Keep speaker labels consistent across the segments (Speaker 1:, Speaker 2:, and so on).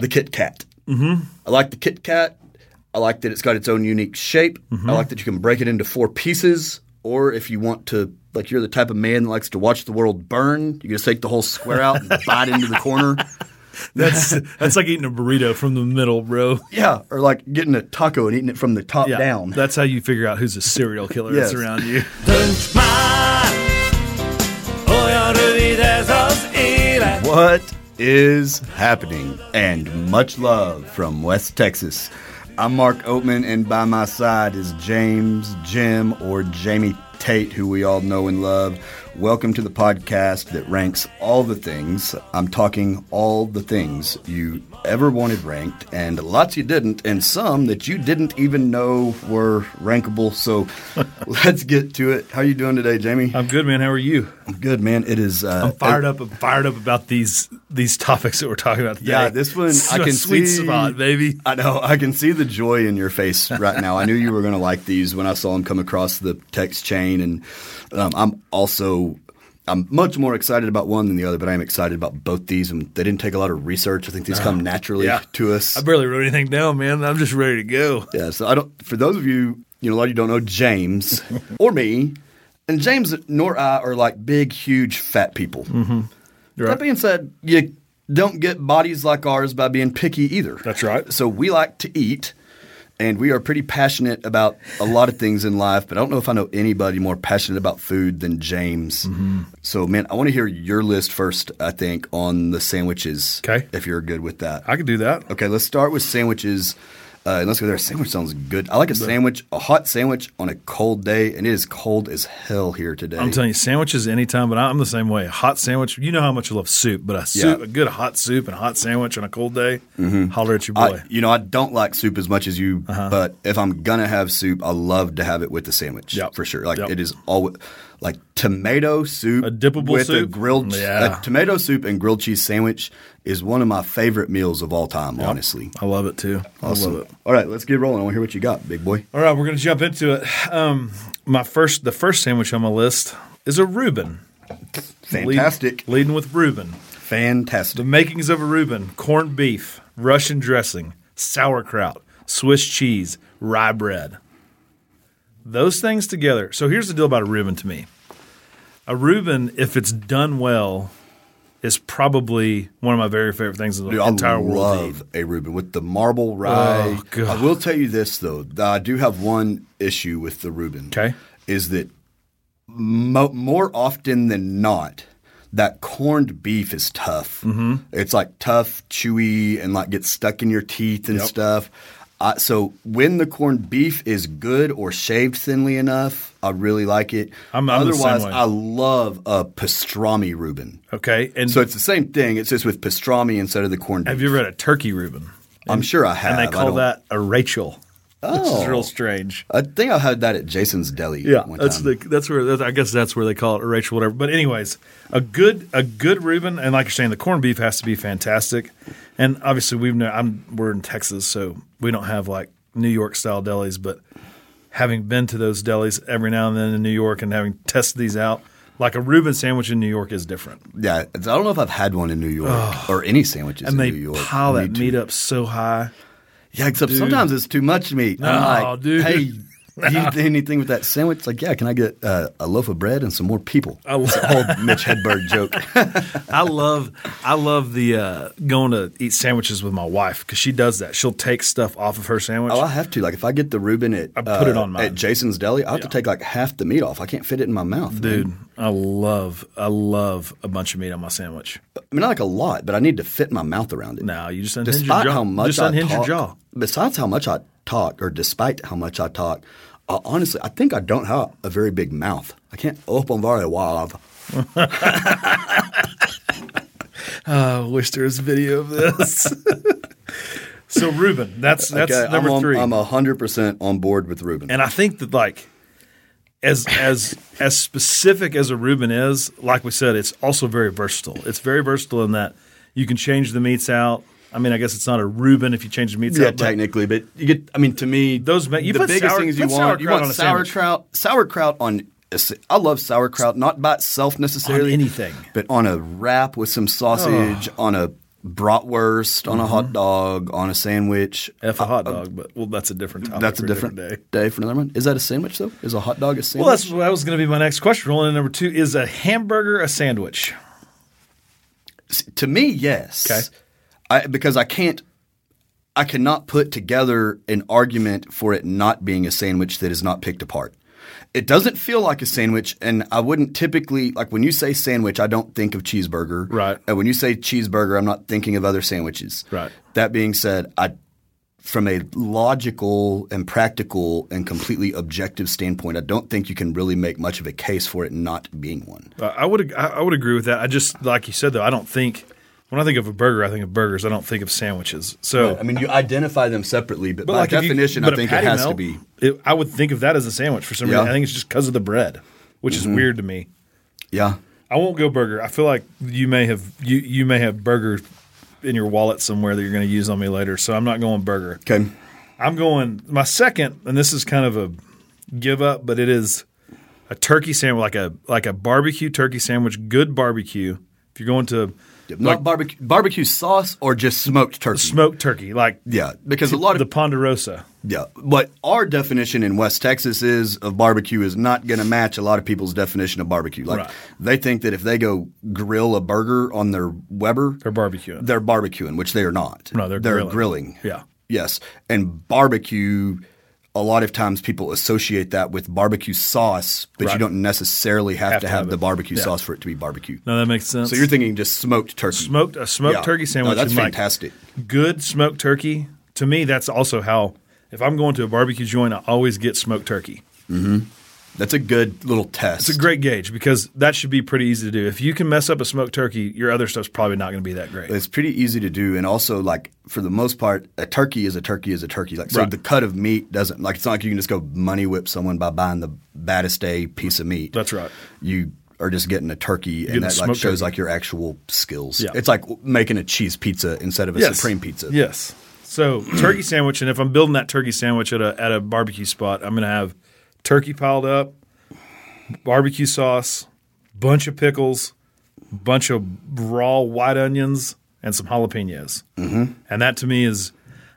Speaker 1: the Kit Kat. Mm-hmm. I like the Kit Kat. I like that it's got its own unique shape. I like that you can break it into four pieces, or if you want to, like you're the type of man that likes to watch the world burn, you can just take the whole square out and bite into the corner.
Speaker 2: That's that's like eating a burrito from the middle, bro.
Speaker 1: Yeah, or like getting a taco and eating it from the top
Speaker 2: Yeah,
Speaker 1: down.
Speaker 2: That's how you figure out who's a serial killer
Speaker 1: Yes.
Speaker 2: that's around you.
Speaker 3: Dönts már, olyan rövid ez az élet.
Speaker 1: What is happening? And much love from West Texas. I'm Mark Oatman, and by my side is James, Jim, or Jamie Tate, who we all know and love. Welcome to the podcast that ranks all the things. I'm talking all the things you ever wanted ranked, and lots you didn't, and some that you didn't even know were rankable. So let's get to it. How you doing today, Jamie?
Speaker 2: I'm good, man. How are you?
Speaker 1: I'm good, man. It is. Uh,
Speaker 2: I'm fired up. I'm fired up about these these topics that we're talking about today.
Speaker 1: Yeah, this one
Speaker 2: This is
Speaker 1: I
Speaker 2: my
Speaker 1: can
Speaker 2: sweet
Speaker 1: see-
Speaker 2: spot, baby.
Speaker 1: I know. I can see the joy in your face right now. I knew you were going to like these when I saw them come across the text chain, and um, I'm also I'm much more excited about one than the other, but I am excited about both these. And they didn't take a lot of research. I think these come naturally
Speaker 2: Uh-huh. yeah.
Speaker 1: to us.
Speaker 2: I barely wrote anything down, man. I'm just ready to go.
Speaker 1: Yeah, so I don't. For those of you, you know, a lot of you don't know James or me, and James nor I are like big, huge, fat people. Mm-hmm.
Speaker 2: Right.
Speaker 1: That being said, you don't get bodies like ours by being picky either.
Speaker 2: That's right.
Speaker 1: So we like to eat, and we are pretty passionate about a lot of things in life. But I don't know if I know anybody more passionate about food than James.
Speaker 2: Mm-hmm.
Speaker 1: So, man, I want to hear your list first. I think on the sandwiches.
Speaker 2: 'Kay.
Speaker 1: If you're good with that.
Speaker 2: I could do that.
Speaker 1: Okay, let's start with sandwiches. Uh, and let's go there. Sandwich sounds good. I like a sandwich, a hot sandwich on a cold day, and it is cold as hell here today.
Speaker 2: I'm telling you, sandwiches anytime, but I'm the same way. A hot sandwich, you know how much I love soup, but a soup,
Speaker 1: Yeah.
Speaker 2: a good hot soup and a hot sandwich on a cold day, holler at your boy.
Speaker 1: Mm-hmm.
Speaker 2: Uh-huh.
Speaker 1: I, you know, I don't like soup as much as you, but if I'm gonna have soup, I love to have it with the sandwich.
Speaker 2: Yep.
Speaker 1: for sure. Like
Speaker 2: Yep.
Speaker 1: it is always like tomato soup,
Speaker 2: A dippable
Speaker 1: with a
Speaker 2: soup?
Speaker 1: grilled
Speaker 2: Yeah.
Speaker 1: a tomato soup and grilled cheese sandwich is one of my favorite meals of all time. Honestly,
Speaker 2: I love it too. I love it.
Speaker 1: All right, let's get rolling. I want to hear what you got, big boy.
Speaker 2: All right, we're gonna jump into it. Um, my first, the first sandwich on my list is a Reuben. Lead-
Speaker 1: Fantastic,
Speaker 2: leading with Reuben. The
Speaker 1: fantastic.
Speaker 2: makings of a Reuben: corned beef, Russian dressing, sauerkraut, Swiss cheese, rye bread. Those things together. So here's the deal about a Reuben to me. A Reuben, if it's done well, is probably one of my very favorite things in the
Speaker 1: Dude, I
Speaker 2: entire world. to eat.
Speaker 1: love a Reuben with the marble rye.
Speaker 2: Oh, God.
Speaker 1: I will tell you this though, that I do have one issue with the Reuben.
Speaker 2: Okay.
Speaker 1: is that mo- more often than not, that corned beef is tough. Mm-hmm. It's like tough, chewy, and like gets stuck in your teeth and stuff. I, so when the corned beef is good or shaved thinly enough, I really like it.
Speaker 2: I'm- I'm the same
Speaker 1: Otherwise,
Speaker 2: way.
Speaker 1: I love a pastrami Reuben.
Speaker 2: Okay, and
Speaker 1: So it's the same thing. It's just with pastrami instead of the corned beef.
Speaker 2: have you ever had a turkey Reuben?
Speaker 1: I'm sure I have.
Speaker 2: And they
Speaker 1: I
Speaker 2: call
Speaker 1: don't-
Speaker 2: that a Rachel, which
Speaker 1: Oh.
Speaker 2: is real strange.
Speaker 1: I think I had that at Jason's Deli. one
Speaker 2: that's
Speaker 1: time.
Speaker 2: the that's where that's, I guess that's where they call it or Rachel whatever. But anyways, a good a good Reuben and like you're saying, the corned beef has to be fantastic. And obviously we've no, I'm we're in Texas, so we don't have like New York style delis. But having been to those delis every now and then in New York and having tested these out, like a Reuben sandwich in New York is different.
Speaker 1: Yeah, it's- I don't know if I've had one in New York or any sandwiches
Speaker 2: And
Speaker 1: in
Speaker 2: they
Speaker 1: New York.
Speaker 2: pile
Speaker 1: Me
Speaker 2: that
Speaker 1: too.
Speaker 2: meat up so high.
Speaker 1: Yeah, except sometimes it's too much meat. I'm
Speaker 2: No,
Speaker 1: like,
Speaker 2: dude.
Speaker 1: hey, do you do anything with that sandwich? It's Like, yeah, can I get uh, a loaf of bread and some more people?
Speaker 2: I love-
Speaker 1: It's an old Mitch Hedberg joke.
Speaker 2: I love I love the uh, going to eat sandwiches with my wife because she does that. She'll take stuff off of her sandwich.
Speaker 1: oh, I have to. Like, if I get the Reuben at
Speaker 2: I put it
Speaker 1: uh,
Speaker 2: on mine.
Speaker 1: at Jason's Deli, I have to take like half the meat off. I can't fit it in my mouth, man.
Speaker 2: Dude, I love I love a bunch of meat on my sandwich.
Speaker 1: I mean, I like a lot, but I need to fit my mouth around it.
Speaker 2: Now you just unhinge
Speaker 1: despite
Speaker 2: your jaw.
Speaker 1: how much
Speaker 2: just
Speaker 1: I
Speaker 2: unhinge
Speaker 1: talk,
Speaker 2: your jaw.
Speaker 1: Besides how much I talk, or despite how much I talk, I honestly, I think I don't have a very big mouth. I can't open very wide.
Speaker 2: I wish there was video of this. so Reuben, that's that's
Speaker 1: Okay,
Speaker 2: number
Speaker 1: I'm on,
Speaker 2: three.
Speaker 1: I'm hundred percent on board with Ruben.
Speaker 2: and I think that like as as as specific as a Reuben is, like we said, it's also very versatile. It's very versatile in that you can change the meats out. I mean, I guess it's not a Reuben if you change the meats
Speaker 1: yeah,
Speaker 2: out. but-
Speaker 1: technically, but you get. I mean, to me,
Speaker 2: Those ma- you
Speaker 1: the
Speaker 2: put
Speaker 1: biggest
Speaker 2: sour-
Speaker 1: things you
Speaker 2: put
Speaker 1: want. You
Speaker 2: sauerkraut
Speaker 1: want
Speaker 2: on a sandwich.
Speaker 1: sauerkraut. Sauerkraut on. a sa- I love sauerkraut, not by itself necessarily,
Speaker 2: anything.
Speaker 1: but on a wrap with some sausage, on a bratwurst on a
Speaker 2: Mm-hmm.
Speaker 1: hot dog on a sandwich.
Speaker 2: F a hot dog, but well, that's a different topic.
Speaker 1: Uh, That's a
Speaker 2: for
Speaker 1: different,
Speaker 2: day.
Speaker 1: day. for another one. Is that a sandwich though? Is a hot dog a sandwich?
Speaker 2: Well, that's that was going to be my next question. Rolling in number two is a hamburger a sandwich?
Speaker 1: S- to me, yes.
Speaker 2: Okay.
Speaker 1: I, because I can't, I cannot put together an argument for it not being a sandwich that is not picked apart. It doesn't feel like a sandwich, and I wouldn't typically like when you say sandwich, I don't think of cheeseburger.
Speaker 2: Right.
Speaker 1: And when you say cheeseburger, I'm not thinking of other sandwiches.
Speaker 2: Right.
Speaker 1: That being said, I, from a logical and practical and completely objective standpoint, I don't think you can really make much of a case for it not being one.
Speaker 2: Uh, I would I I would agree with that. I just like you said though, I don't think when I think of a burger, I think of burgers. I don't think of sandwiches.
Speaker 1: Oh.
Speaker 2: So.
Speaker 1: I mean, you identify them separately, but,
Speaker 2: but
Speaker 1: by
Speaker 2: like if you-
Speaker 1: definition,
Speaker 2: but
Speaker 1: I
Speaker 2: a
Speaker 1: think it
Speaker 2: patty
Speaker 1: has to
Speaker 2: melt,
Speaker 1: be.
Speaker 2: it- I would think of that as a sandwich for some
Speaker 1: Yeah. Mm-hmm.
Speaker 2: reason. I think it's just because of the bread, which is weird to me.
Speaker 1: Yeah.
Speaker 2: I won't go burger. I feel like you may have you you may have burger in your wallet somewhere that you're going to use on me later. So I'm not going burger.
Speaker 1: Okay.
Speaker 2: I'm going my second, and this is kind of a give up, but it is a turkey sandwich, like a like a barbecue turkey sandwich, good barbecue. If you're going to
Speaker 1: Not barbecue, barbecue sauce or just smoked turkey.
Speaker 2: smoked turkey, like
Speaker 1: yeah, because a lot
Speaker 2: the
Speaker 1: of
Speaker 2: Ponderosa.
Speaker 1: yeah, but our definition in West Texas is of barbecue is not going to match a lot of people's definition of barbecue. Like
Speaker 2: Right.
Speaker 1: they think that if they go grill a burger on their Weber,
Speaker 2: They're barbecuing.
Speaker 1: they're barbecuing, which they are not.
Speaker 2: No, they're
Speaker 1: they're
Speaker 2: grilling.
Speaker 1: grilling.
Speaker 2: Yeah.
Speaker 1: Yes, and barbecue. A lot of times people associate that with barbecue sauce, but you
Speaker 2: Right.
Speaker 1: don't necessarily have, to, have,
Speaker 2: have
Speaker 1: the
Speaker 2: it.
Speaker 1: barbecue
Speaker 2: Yeah.
Speaker 1: sauce for it to be barbecue.
Speaker 2: No, that makes sense.
Speaker 1: So you're thinking just smoked turkey.
Speaker 2: smoked a smoked
Speaker 1: Yeah.
Speaker 2: turkey sandwich.
Speaker 1: No, that's
Speaker 2: and, like,
Speaker 1: fantastic.
Speaker 2: good smoked turkey. To me, that's also how if I'm going to a barbecue joint, I always get smoked turkey.
Speaker 1: That's a good little test.
Speaker 2: It's a great gauge because that should be pretty easy to do. If you can mess up a smoked turkey, your other stuff's probably not going to be that great.
Speaker 1: It's pretty easy to do, and also like for the most part, a turkey is a turkey is a turkey. Like so,
Speaker 2: Right.
Speaker 1: the cut of meat doesn't like it's not like you can just go money whip someone by buying the baddest day piece of meat.
Speaker 2: That's right.
Speaker 1: You are just getting a turkey, and
Speaker 2: getting
Speaker 1: that like
Speaker 2: smoked
Speaker 1: shows
Speaker 2: turkey.
Speaker 1: like your actual skills.
Speaker 2: Yeah.
Speaker 1: It's like making a cheese pizza instead of a
Speaker 2: Yes.
Speaker 1: supreme pizza.
Speaker 2: Yes. So turkey sandwich, and if I'm building that turkey sandwich at a at a barbecue spot, I'm going to have turkey piled up, barbecue sauce, bunch of pickles, bunch of raw white onions, and some jalapenos. Mm-hmm. And that to me is,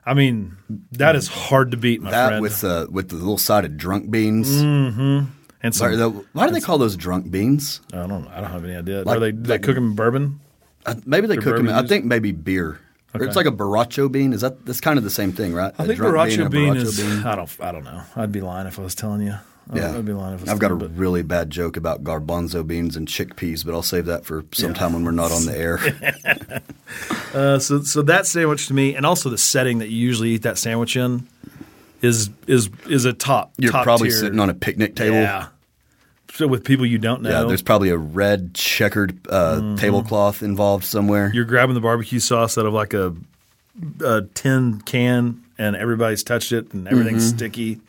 Speaker 2: I mean, that is hard to beat, my
Speaker 1: That
Speaker 2: friend. Mm.
Speaker 1: with the with the little side of drunk beans.
Speaker 2: and some,
Speaker 1: Or the- why do they call those drunk beans?
Speaker 2: I don't, I don't have any idea.
Speaker 1: Like-
Speaker 2: Are they, do they
Speaker 1: like-
Speaker 2: cook them in bourbon?
Speaker 1: Uh, Maybe they cook them. in- I
Speaker 2: barbecues?
Speaker 1: think maybe beer. Or It's like a borracho bean. Is that that's kind of the same thing, right?
Speaker 2: I think
Speaker 1: borracho
Speaker 2: borracho bean, is. I don't. I don't know. I'd be lying if I was telling you. I-
Speaker 1: Yeah,
Speaker 2: I'd be lying if I was
Speaker 1: I've got a
Speaker 2: telling you, but-
Speaker 1: really bad joke about garbanzo beans and chickpeas, but I'll save that for sometime when we're not on the air.
Speaker 2: Uh, so so that sandwich to me, and also the setting that you usually eat that sandwich in, is is is a top.
Speaker 1: You're
Speaker 2: top
Speaker 1: probably
Speaker 2: tier.
Speaker 1: sitting on a picnic table.
Speaker 2: yeah. So with people you don't know,
Speaker 1: Yeah, there's probably a red checkered uh,
Speaker 2: Mm-hmm.
Speaker 1: tablecloth involved somewhere.
Speaker 2: you're grabbing the barbecue sauce out of like a, a tin can, and everybody's touched it, and everything's sticky.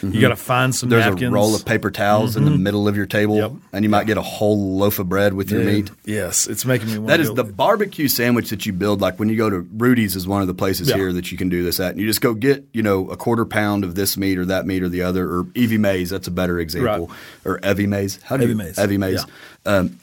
Speaker 2: You got to find some
Speaker 1: Mm-hmm. there's
Speaker 2: napkins.
Speaker 1: a
Speaker 2: Mm-hmm.
Speaker 1: roll of paper towels in the middle of your table,
Speaker 2: Yep.
Speaker 1: and you might get a whole loaf of bread with your meat.
Speaker 2: Yes, it's making me. want
Speaker 1: That
Speaker 2: to
Speaker 1: is
Speaker 2: go-
Speaker 1: the barbecue sandwich that you build. Like when you go to Rudy's, is one of the places
Speaker 2: Yeah.
Speaker 1: here that you can do this at. And you just go get you know a quarter pound of this meat or that meat or the other or Evie Mays. That's a better example.
Speaker 2: Right.
Speaker 1: Or Evie Mays. How do
Speaker 2: Evie
Speaker 1: you
Speaker 2: Mays.
Speaker 1: Evie Mays? Um,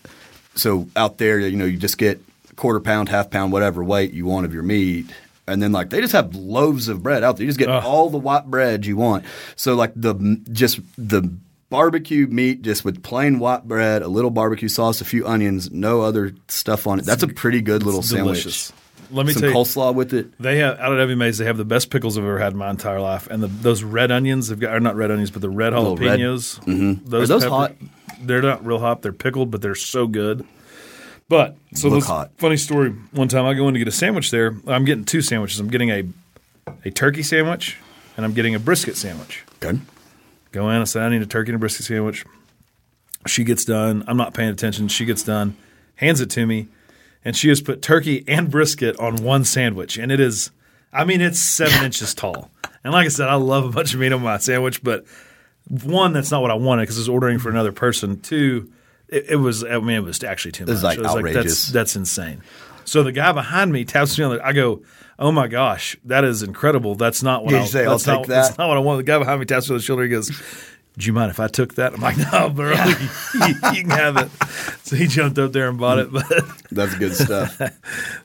Speaker 1: so out there, you know, you just get quarter pound, half pound, whatever weight you want of your meat. And then, like, they just have loaves of bread out there. You just get
Speaker 2: Ugh.
Speaker 1: all the white bread you want. So, like, the just the barbecue meat, just with plain white bread, a little barbecue sauce, a few onions, no other stuff on it. That's a pretty good little
Speaker 2: delicious.
Speaker 1: sandwich.
Speaker 2: Let me
Speaker 1: Some
Speaker 2: tell you,
Speaker 1: coleslaw with it.
Speaker 2: They have out at Evie Mays. They have the best pickles I've ever had in my entire life, and the, those red onions have got are not red onions, but the red
Speaker 1: Little red- mm-hmm.
Speaker 2: jalapenos.
Speaker 1: Are those hot?
Speaker 2: They're not real hot. They're pickled, but they're so good. But so
Speaker 1: Look
Speaker 2: this
Speaker 1: hot.
Speaker 2: funny story. One time I go in to get a sandwich there. I'm getting two sandwiches. I'm getting a a turkey sandwich, and I'm getting a brisket sandwich.
Speaker 1: Good.
Speaker 2: Go in. I said, I need a turkey and a brisket sandwich. She gets done. I'm not paying attention. She gets done, hands it to me, and she has put turkey and brisket on one sandwich. And it is, I mean, it's seven inches tall. And like I said, I love a bunch of meat on my sandwich, but one, that's not what I wanted because I was ordering for another person. Two, it, it was, I mean, it was actually too much.
Speaker 1: was, like,
Speaker 2: I was
Speaker 1: outrageous.
Speaker 2: that's, that's insane. So the guy behind me taps me on the, I go, oh my gosh, that is incredible. That's not what
Speaker 1: Did
Speaker 2: I
Speaker 1: you say, I'll
Speaker 2: that's
Speaker 1: take
Speaker 2: not-
Speaker 1: that?
Speaker 2: That's not what I wanted. The guy behind me taps me on the shoulder. He goes, do you mind if I took that? I'm like, no, bro, you, you can have it. So he jumped up there and bought it. But
Speaker 1: That's good stuff.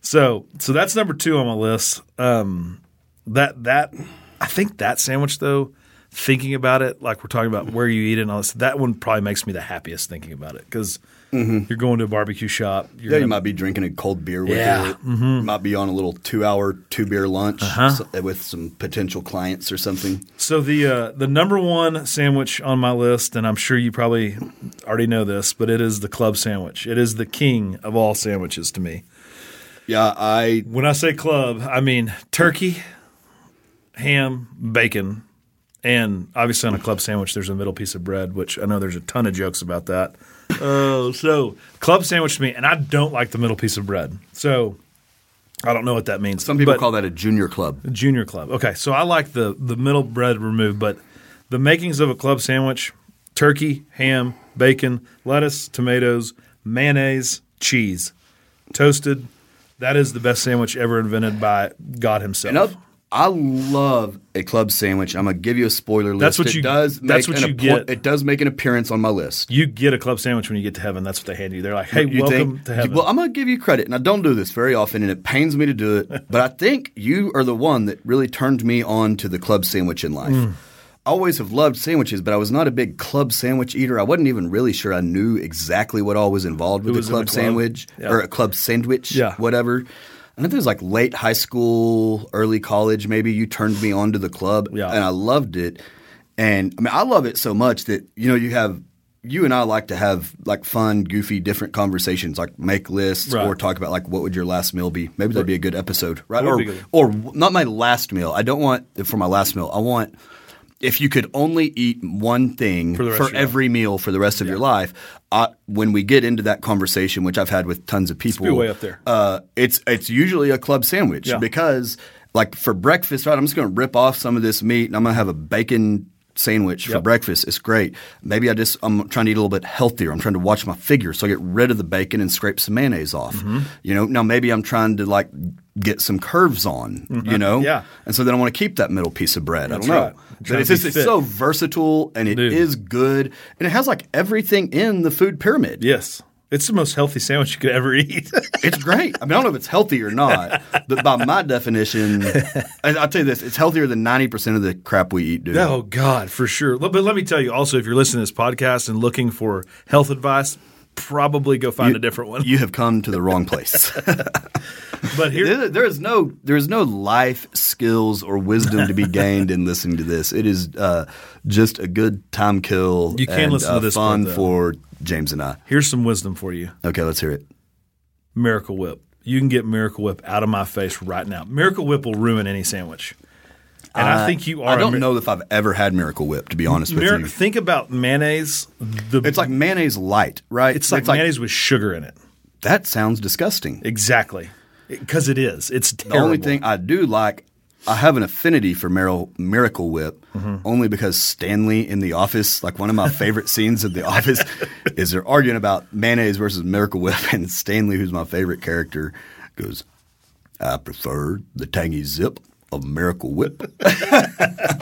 Speaker 2: so so that's number two on my list. Um, that that I think that sandwich though. Thinking about it, like we're talking about where you eat it and all this, that one probably makes me the happiest thinking about it because you're going to a barbecue shop.
Speaker 1: Mm-hmm. yeah,
Speaker 2: You're
Speaker 1: you
Speaker 2: gonna-
Speaker 1: might be drinking a cold beer with
Speaker 2: Yeah, Mm-hmm. Uh-huh.
Speaker 1: it. You might be on a little two-hour two-beer lunch so- with some potential clients or something.
Speaker 2: So the uh, the number one sandwich on my list, and I'm sure you probably already know this, but it is the club sandwich. It is the king of all sandwiches to me.
Speaker 1: Yeah, I
Speaker 2: When I say club, I mean turkey, ham, bacon, and obviously on a club sandwich, there's a middle piece of bread, which I know there's a ton of jokes about that. Oh, so club sandwich to me, and I don't like the middle piece of bread. So I don't know what that means.
Speaker 1: some people
Speaker 2: but-
Speaker 1: call that a junior club.
Speaker 2: Junior Club. Okay, so I like the the middle bread removed, but the makings of a club sandwich: turkey, ham, bacon, lettuce, tomatoes, mayonnaise, cheese, toasted. That is the best sandwich ever invented by God Himself.
Speaker 1: And I, I love a club sandwich. I'm gonna give you a spoiler list.
Speaker 2: That's what
Speaker 1: it
Speaker 2: you-
Speaker 1: does.
Speaker 2: that's
Speaker 1: make
Speaker 2: what
Speaker 1: an
Speaker 2: you
Speaker 1: appo-
Speaker 2: get.
Speaker 1: It does make an appearance on my list.
Speaker 2: you get a club sandwich when you get to heaven. That's what they hand you. They're like, "Hey,
Speaker 1: You
Speaker 2: welcome
Speaker 1: think?
Speaker 2: to heaven."
Speaker 1: Well, I'm gonna give you credit, and I don't do this very often, and it pains me to do it. but I think you are the one that really turned me on to the club sandwich in life.
Speaker 2: Mm.
Speaker 1: I always have loved sandwiches, but I was not a big club sandwich eater. I wasn't even really sure I knew exactly what all was involved with a
Speaker 2: was in the
Speaker 1: club
Speaker 2: club.
Speaker 1: sandwich
Speaker 2: Yeah.
Speaker 1: or a club sandwich,
Speaker 2: Yeah.
Speaker 1: whatever. I think it was like late high school, early college. Maybe you turned me on to the club,
Speaker 2: Yeah.
Speaker 1: and I loved it. And I mean, I love it so much that you know you have you and I like to have like fun, goofy, different conversations, like make lists
Speaker 2: Right.
Speaker 1: or talk about like what would your last meal be. Maybe that'd be a good episode, right?
Speaker 2: would
Speaker 1: Or
Speaker 2: be good.
Speaker 1: or w- not my last meal. I don't want for my last meal. I want. If you could only eat one thing
Speaker 2: the
Speaker 1: for,
Speaker 2: rest of your life.
Speaker 1: every meal for the rest of your life, I, when we get into that conversation, which I've had with tons of people,
Speaker 2: be way up there.
Speaker 1: uh, it's it's usually a club sandwich
Speaker 2: Yeah.
Speaker 1: because like for breakfast, right? I'm just going to rip off some of this meat and I'm going to have a bacon sandwich for
Speaker 2: Yep.
Speaker 1: breakfast. It's great. Maybe I just I'm trying to eat a little bit healthier. I'm trying to watch my figure, so I get rid of the bacon and scrape some mayonnaise off.
Speaker 2: Mm-hmm.
Speaker 1: You know, now maybe I'm trying to like get some curves on. You know,
Speaker 2: Mm-hmm. Yeah.
Speaker 1: And so then I want to keep that middle piece of bread.
Speaker 2: That's
Speaker 1: I don't
Speaker 2: right.
Speaker 1: know. But
Speaker 2: Trying
Speaker 1: it's
Speaker 2: to be
Speaker 1: just it's
Speaker 2: fit.
Speaker 1: so versatile and it is
Speaker 2: Dude.
Speaker 1: good and it has like everything in the food pyramid.
Speaker 2: yes, it's the most healthy sandwich you could ever eat.
Speaker 1: It's great. I mean, I don't know if it's healthy or not, but by my definition, and I'll tell you this: it's healthier than ninety percent of the crap we eat, dude.
Speaker 2: Oh God, for sure. But but let me tell you also, if you're listening to this podcast and looking for health advice, probably go find a different one.
Speaker 1: You have come to the wrong place.
Speaker 2: but here,
Speaker 1: there there is no, there is no life skills or wisdom to be gained in listening to this. It is uh, just a good time kill.
Speaker 2: You can
Speaker 1: and,
Speaker 2: listen to
Speaker 1: uh,
Speaker 2: this part,
Speaker 1: fun
Speaker 2: though.
Speaker 1: for James and I.
Speaker 2: here's some wisdom for you.
Speaker 1: Okay, let's hear it.
Speaker 2: Miracle Whip. You can get Miracle Whip out of my face right now. Miracle Whip will ruin any sandwich. And I think you are.
Speaker 1: Uh, I don't
Speaker 2: a mi-
Speaker 1: know if I've ever had Miracle Whip, to be honest with
Speaker 2: mir-
Speaker 1: you.
Speaker 2: think about mayonnaise. The,
Speaker 1: It's like mayonnaise light, right?
Speaker 2: it's like mayonnaise with sugar in it.
Speaker 1: that sounds disgusting.
Speaker 2: Exactly. Because it is. It's
Speaker 1: The
Speaker 2: terrible.
Speaker 1: only thing I do like, I have an affinity for Meryl, Miracle Whip, only because Stanley in The Office, like one of my favorite scenes of The Office, is they're arguing about mayonnaise versus Miracle Whip, and Stanley, who's my favorite character, goes, "I prefer the tangy zip of Miracle Whip."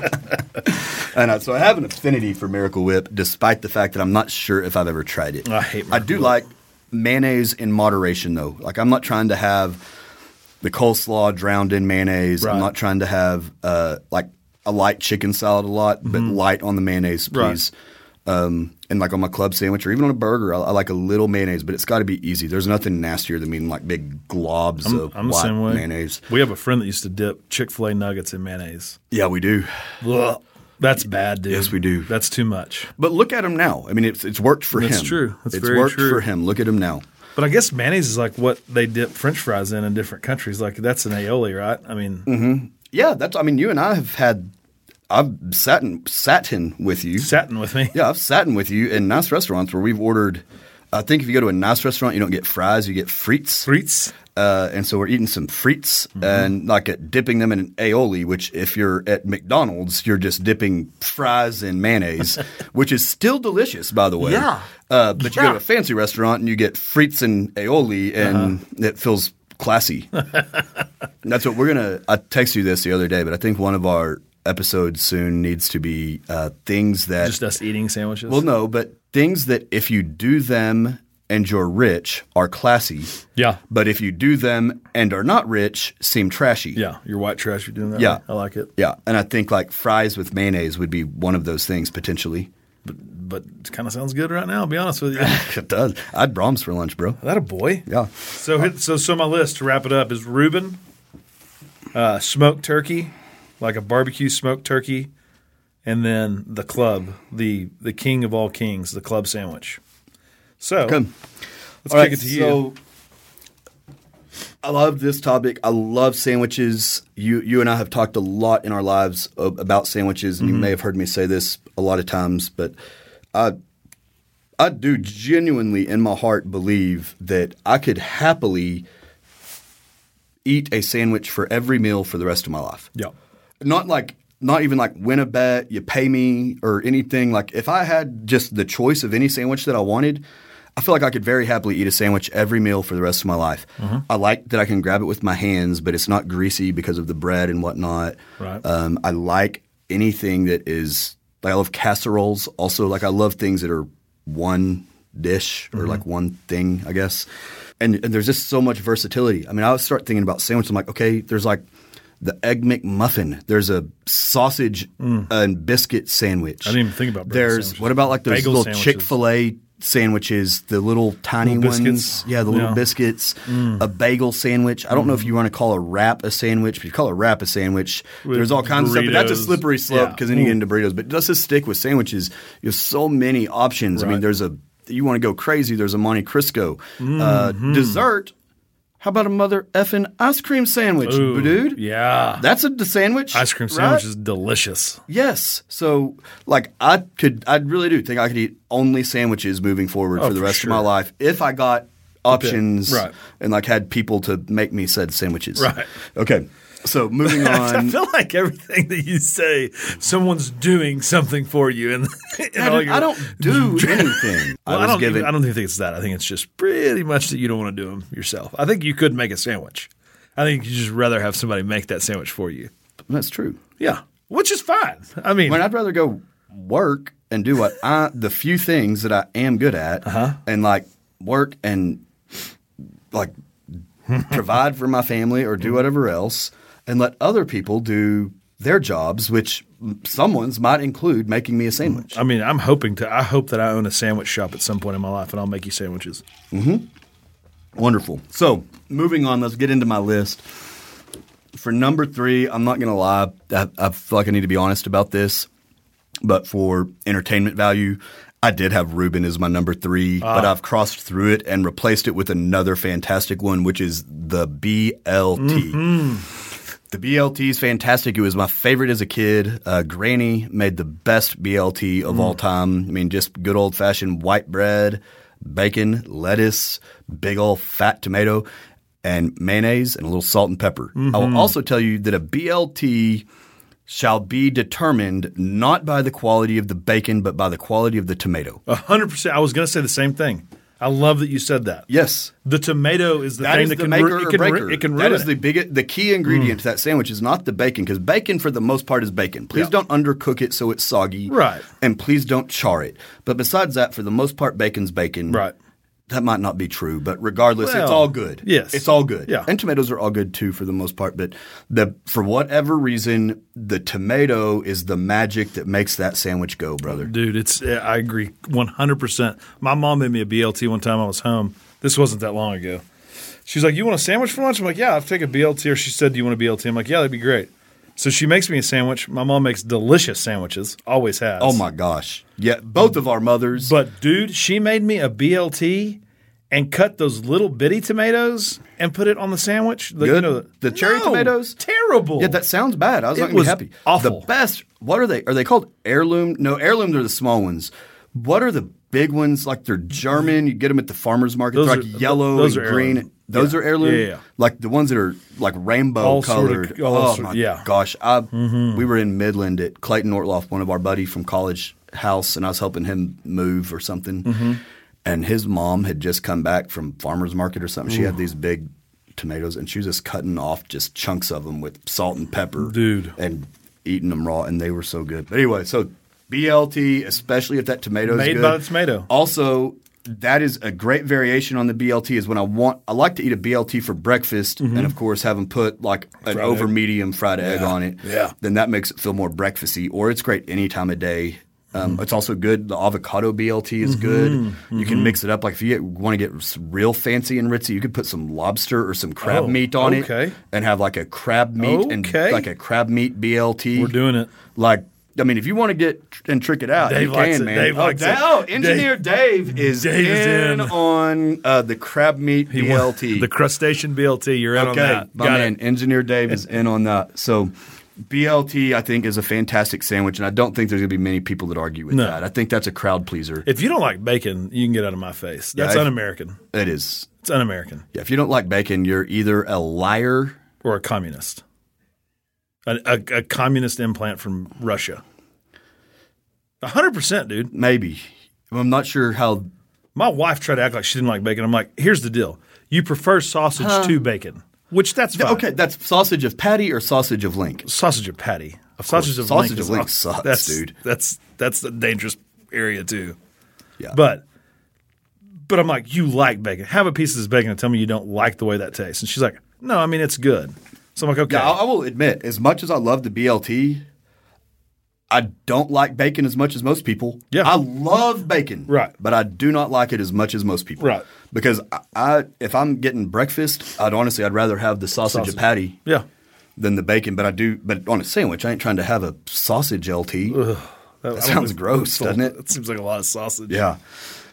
Speaker 1: and I, so I have an affinity for Miracle Whip, despite the fact that I'm not sure if I've ever tried it.
Speaker 2: I hate
Speaker 1: I do like mayonnaise in moderation, though. Like I'm not trying to have the coleslaw drowned in mayonnaise.
Speaker 2: Right.
Speaker 1: I'm not trying to have uh, like a light chicken salad a lot, but light on the mayonnaise,
Speaker 2: Mm-hmm. Right.
Speaker 1: please. Um, and like on my club sandwich or even on a burger, I, I like a little mayonnaise, but it's got to be easy. There's nothing nastier than mean like big globs of
Speaker 2: I'm the
Speaker 1: white
Speaker 2: same way.
Speaker 1: mayonnaise.
Speaker 2: We have a friend that used to dip Chick fil A nuggets in mayonnaise.
Speaker 1: Yeah, we do.
Speaker 2: Ugh. That's bad, dude.
Speaker 1: Yes, we do.
Speaker 2: That's too much.
Speaker 1: But look at him now. I mean, it's it's worked for him.
Speaker 2: That's true. That's
Speaker 1: it's
Speaker 2: very
Speaker 1: worked
Speaker 2: true.
Speaker 1: for him. Look at him now.
Speaker 2: But I guess mayonnaise is like what they dip French fries in in different countries. Like that's an aioli, right? I mean,
Speaker 1: Mm-hmm. Yeah, that's. I mean, you and I have had. I've sat in, sat in with you.
Speaker 2: satin with me.
Speaker 1: Yeah, I've sat in with you in nice restaurants where we've ordered. I think if you go to a nice restaurant, you don't get fries, you get frites.
Speaker 2: Frites.
Speaker 1: Uh, and so we're eating some frites
Speaker 2: Mm-hmm.
Speaker 1: and like uh dipping them in an aioli, which if you're at McDonald's, you're just dipping fries in mayonnaise, which is still delicious, by the way.
Speaker 2: Yeah.
Speaker 1: Uh, but you go
Speaker 2: Yeah.
Speaker 1: to a fancy restaurant and you get frites and aioli, and
Speaker 2: Uh-huh.
Speaker 1: it feels classy. That's what we're gonna. I texted you this the other day, but I think one of our episode soon needs to be uh, things that
Speaker 2: Just us eating sandwiches.
Speaker 1: well, no, but things that if you do them and you're rich are classy.
Speaker 2: Yeah.
Speaker 1: But if you do them and are not rich, seem trashy.
Speaker 2: yeah, you're white trash. You're doing that.
Speaker 1: Yeah.
Speaker 2: I like it,
Speaker 1: Yeah. And I think like fries with mayonnaise would be one of those things potentially.
Speaker 2: but it kind of sounds good right now. I'll be honest with you.
Speaker 1: It does. I'd Brahms for lunch, bro.
Speaker 2: that a boy.
Speaker 1: Yeah.
Speaker 2: So, hit- so, so my list to wrap it up is Reuben, uh, smoked turkey, like a barbecue smoked turkey, and then the club, the the king of all kings, the club sandwich. So
Speaker 1: Come.
Speaker 2: let's
Speaker 1: All right,
Speaker 2: kick it to you.
Speaker 1: So I love this topic. I love sandwiches. You you and I have talked a lot in our lives a- about sandwiches,
Speaker 2: Mm-hmm.
Speaker 1: and you may have heard me say this a lot of times, but I I do genuinely in my heart believe that I could happily eat a sandwich for every meal for the rest of my life
Speaker 2: yeah,
Speaker 1: not like not even like win a bet, you pay me or anything. Like if I had just the choice of any sandwich that I wanted, I feel like I could very happily eat a sandwich every meal for the rest of my life. I like that I can grab it with my hands, but it's not greasy because of the bread and whatnot.
Speaker 2: Right.
Speaker 1: Um, I like anything that is. Like I love casseroles. Also, like I love things that are one dish
Speaker 2: Mm-hmm.
Speaker 1: or like one thing, I guess. And, and there's just so much versatility. I mean, I would start thinking about sandwiches. I'm like, okay, there's like the egg McMuffin. There's a sausage and biscuit sandwich.
Speaker 2: Mm. I didn't even think about bread
Speaker 1: There's
Speaker 2: sandwiches.
Speaker 1: what about like those
Speaker 2: Bagel
Speaker 1: little
Speaker 2: sandwiches.
Speaker 1: Chick Fil A sandwiches, the little tiny
Speaker 2: Little biscuits.
Speaker 1: ones. Yeah, the little
Speaker 2: Yeah. Mm. Mm-hmm.
Speaker 1: biscuits. A bagel sandwich. I don't know if you want to call a wrap a sandwich, but you call a wrap a sandwich. There's all kinds of stuff, but that's a
Speaker 2: burritos.
Speaker 1: slippery slope
Speaker 2: Yeah. Mm.
Speaker 1: because then you get into burritos. But let's just stick with sandwiches. You have so many options. I mean,
Speaker 2: Right.
Speaker 1: there's a you want to go crazy. There's a Monte Cristo uh,
Speaker 2: Mm-hmm.
Speaker 1: dessert. How about a mother effing ice cream sandwich,
Speaker 2: Ooh,
Speaker 1: dude?
Speaker 2: yeah.
Speaker 1: that's a d- sandwich.
Speaker 2: Ice cream
Speaker 1: right?
Speaker 2: sandwich is delicious.
Speaker 1: Yes. So, like, I could, I really do think I could eat only sandwiches moving forward for the
Speaker 2: Oh, for
Speaker 1: rest of my
Speaker 2: sure.
Speaker 1: life if I got options
Speaker 2: Right.
Speaker 1: and, like, had people to make me said sandwiches.
Speaker 2: Right.
Speaker 1: Okay. So, moving
Speaker 2: I
Speaker 1: on.
Speaker 2: feel like everything that you say, someone's doing something for you, and,
Speaker 1: I, don't- I don't do anything.
Speaker 2: Well, I,
Speaker 1: I was
Speaker 2: don't.
Speaker 1: given.
Speaker 2: even- I don't even think it's that. I think it's just pretty much that you don't want to do them yourself. I think you could make a sandwich. I think you just rather have somebody make that sandwich for you.
Speaker 1: that's true.
Speaker 2: Yeah, which is fine. I mean,
Speaker 1: I mean, I'd rather go work and do what I, the few things that I am good at,
Speaker 2: Uh-huh.
Speaker 1: and like work and like provide for my family or do whatever else, and let other people do their jobs, which someone's might include making me a sandwich.
Speaker 2: I mean, I'm hoping to. I hope that I own a sandwich shop at some point in my life, and I'll make you sandwiches.
Speaker 1: Wonderful. So moving on, let's get into my list. For number three, I'm not going to lie. I, I feel like I need to be honest about this, but for entertainment value, I did have Ruben as my number three, but I've crossed through it and replaced it with another fantastic one, which is the BLT. The BLT is fantastic. It was my favorite as a kid. Uh, Granny made the best BLT of all time. I mean, just good old fashioned white bread, bacon, lettuce, big old fat tomato, and mayonnaise and a little salt and pepper. I will also tell you that a BLT shall be determined not by the quality of the bacon, but by the quality of the tomato.
Speaker 2: A hundred percent. I was going to say the same thing. I love that you said that.
Speaker 1: Yes.
Speaker 2: The tomato is the thing that can ru- it can ru- it can ruin
Speaker 1: that is
Speaker 2: it. Mm.
Speaker 1: the big the key ingredient to that sandwich is not the bacon because bacon for the most part is bacon. Please
Speaker 2: Yeah.
Speaker 1: don't undercook it so it's soggy,
Speaker 2: Right.
Speaker 1: And please don't char it. But besides that, for the most part, bacon's bacon,
Speaker 2: Right.
Speaker 1: That might not be true, but regardless, it's
Speaker 2: Well,
Speaker 1: all good.
Speaker 2: yes.
Speaker 1: it's all good.
Speaker 2: Yeah.
Speaker 1: and tomatoes are all good too for the most part. But the for whatever reason, the tomato is the magic that makes that sandwich go, brother.
Speaker 2: Dude, it's yeah, I agree 100%. My mom made me a BLT one time I was home. This wasn't that long ago. She's like, "You want a sandwich for lunch?" I'm like, "Yeah, I'll take a BLT." Or she said, "Do you want a BLT?" I'm like, "Yeah, that'd be great." So she makes me a sandwich. My mom makes delicious sandwiches. Always has.
Speaker 1: Oh my gosh! Yeah, both of our mothers.
Speaker 2: But dude, she made me a BLT and cut those little bitty tomatoes and put it on the sandwich. The,
Speaker 1: Good. The cherry tomatoes?
Speaker 2: Terrible.
Speaker 1: Yeah, that sounds bad. I was
Speaker 2: It
Speaker 1: not gonna
Speaker 2: was
Speaker 1: be happy.
Speaker 2: awful.
Speaker 1: The best. What are they? Are they called heirloom? No, heirloom. They're the small ones. What are the big ones? Like they're German. You get them at the farmers market.
Speaker 2: Those
Speaker 1: they're
Speaker 2: are-
Speaker 1: like yellow
Speaker 2: those
Speaker 1: and
Speaker 2: are
Speaker 1: green.
Speaker 2: heirloom.
Speaker 1: Those
Speaker 2: Yeah.
Speaker 1: are heirloom.
Speaker 2: Yeah, yeah, yeah.
Speaker 1: Like the ones that are like rainbow
Speaker 2: All sorta-
Speaker 1: colored.
Speaker 2: all
Speaker 1: oh
Speaker 2: sort-
Speaker 1: my
Speaker 2: yeah. Mm-hmm.
Speaker 1: gosh! I we were in Midland at Clayton Ortloff, one of our buddy from college house, and I was helping him move or something.
Speaker 2: Mm-hmm.
Speaker 1: And his mom had just come back from farmers market or something. She had these big tomatoes, and she was just cutting off just chunks of them with salt and pepper,
Speaker 2: Dude.
Speaker 1: and eating them raw, and they were so good. But anyway, so BLT, especially if that tomato is
Speaker 2: Made
Speaker 1: good.
Speaker 2: by the tomato.
Speaker 1: Also, that is a great variation on the BLT. Is when I want, I like to eat a BLT for breakfast, and of course, have them put like an
Speaker 2: Mm-hmm. Fried
Speaker 1: over
Speaker 2: egg.
Speaker 1: medium fried egg on it.
Speaker 2: Yeah.
Speaker 1: then that makes it feel more breakfasty. Or it's great any time of day. Um,
Speaker 2: Mm-hmm.
Speaker 1: It's also good. The avocado BLT is good. You
Speaker 2: Mm-hmm.
Speaker 1: can mix it up. Like if you want to get s- real fancy and ritzy, you could put some lobster or some crab
Speaker 2: Oh,
Speaker 1: meat on it,
Speaker 2: okay.
Speaker 1: and have like a crab meat and
Speaker 2: Okay.
Speaker 1: like a crab meat BLT.
Speaker 2: We're doing it.
Speaker 1: Like, I mean, if you want to get tr- and trick it out,
Speaker 2: Dave
Speaker 1: you
Speaker 2: likes
Speaker 1: can,
Speaker 2: it.
Speaker 1: man.
Speaker 2: Dave
Speaker 1: oh,
Speaker 2: likes it.
Speaker 1: oh, engineer Dave, is
Speaker 2: Dave is
Speaker 1: in
Speaker 2: in.
Speaker 1: on uh, the crab meat BLT.
Speaker 2: The crustacean BLT. You're in
Speaker 1: okay,
Speaker 2: on that.
Speaker 1: my
Speaker 2: Got
Speaker 1: man,
Speaker 2: it.
Speaker 1: engineer Dave is in on that. So. BLT, I think, is a fantastic sandwich, and I don't think there's going to be many people that argue with
Speaker 2: No.
Speaker 1: that. I think that's a crowd pleaser.
Speaker 2: If you don't like bacon, you can get out of my face. That's
Speaker 1: I-
Speaker 2: un-American.
Speaker 1: it is.
Speaker 2: It's un-American
Speaker 1: Yeah, if you don't like bacon, you're either a liar.
Speaker 2: or a communist. A, a, a communist implant from Russia. 100%, dude.
Speaker 1: Maybe I'm not sure how.
Speaker 2: My wife tried to act like she didn't like bacon. I'm like, here's the deal. You prefer sausage to bacon, which that's fine.
Speaker 1: Okay, that's sausage of patty or sausage of link.
Speaker 2: Sausage of patty. sausage of
Speaker 1: Sausage
Speaker 2: link
Speaker 1: of
Speaker 2: is-
Speaker 1: link sucks,
Speaker 2: that's,
Speaker 1: dude.
Speaker 2: That's that's a dangerous area too.
Speaker 1: Yeah.
Speaker 2: But but I'm like, you like bacon. Have a piece of this bacon and tell me you don't like the way that tastes. And she's like, no, I mean it's good. So I'm like, okay.
Speaker 1: Yeah, I, I will admit, as much as I love the BLT, I don't like bacon as much as most people.
Speaker 2: Yeah.
Speaker 1: I love bacon.
Speaker 2: Right.
Speaker 1: But I do not like it as much as most people.
Speaker 2: Right.
Speaker 1: Because I, I if I'm getting breakfast, I'd honestly I'd rather have the sausage,
Speaker 2: Sausage.
Speaker 1: of patty
Speaker 2: yeah.
Speaker 1: than the bacon. But I do but on a sandwich, I ain't trying to have a sausage LT.
Speaker 2: That, I
Speaker 1: sounds
Speaker 2: would've-
Speaker 1: gross, doesn't it?
Speaker 2: That seems like a lot of sausage.
Speaker 1: Yeah.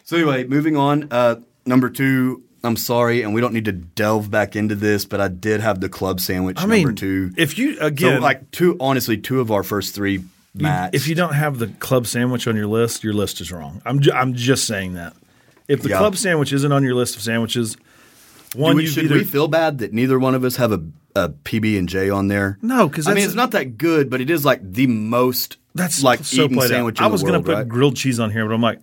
Speaker 1: So anyway, moving on. Uh, number two, I'm sorry, and we don't need to delve back into this, but I did have the club sandwich
Speaker 2: I mean,
Speaker 1: number two.
Speaker 2: if you again,
Speaker 1: so like two, honestly, two of our first three match.
Speaker 2: if you don't have the club sandwich on your list, your list is wrong. I'm ju- I'm just saying that. If the
Speaker 1: Yeah.
Speaker 2: club sandwich isn't on your list of sandwiches, one
Speaker 1: Do we-
Speaker 2: you
Speaker 1: should
Speaker 2: either
Speaker 1: we feel bad that neither one of us have a, a PB and J on there?
Speaker 2: No, 'cause
Speaker 1: I mean
Speaker 2: that's-
Speaker 1: it's not that good, but it is like the most
Speaker 2: That's
Speaker 1: like
Speaker 2: so
Speaker 1: eaten
Speaker 2: played out.
Speaker 1: sandwich. in
Speaker 2: I
Speaker 1: the
Speaker 2: was gonna
Speaker 1: world,
Speaker 2: put
Speaker 1: right?
Speaker 2: grilled cheese on here, but I'm like,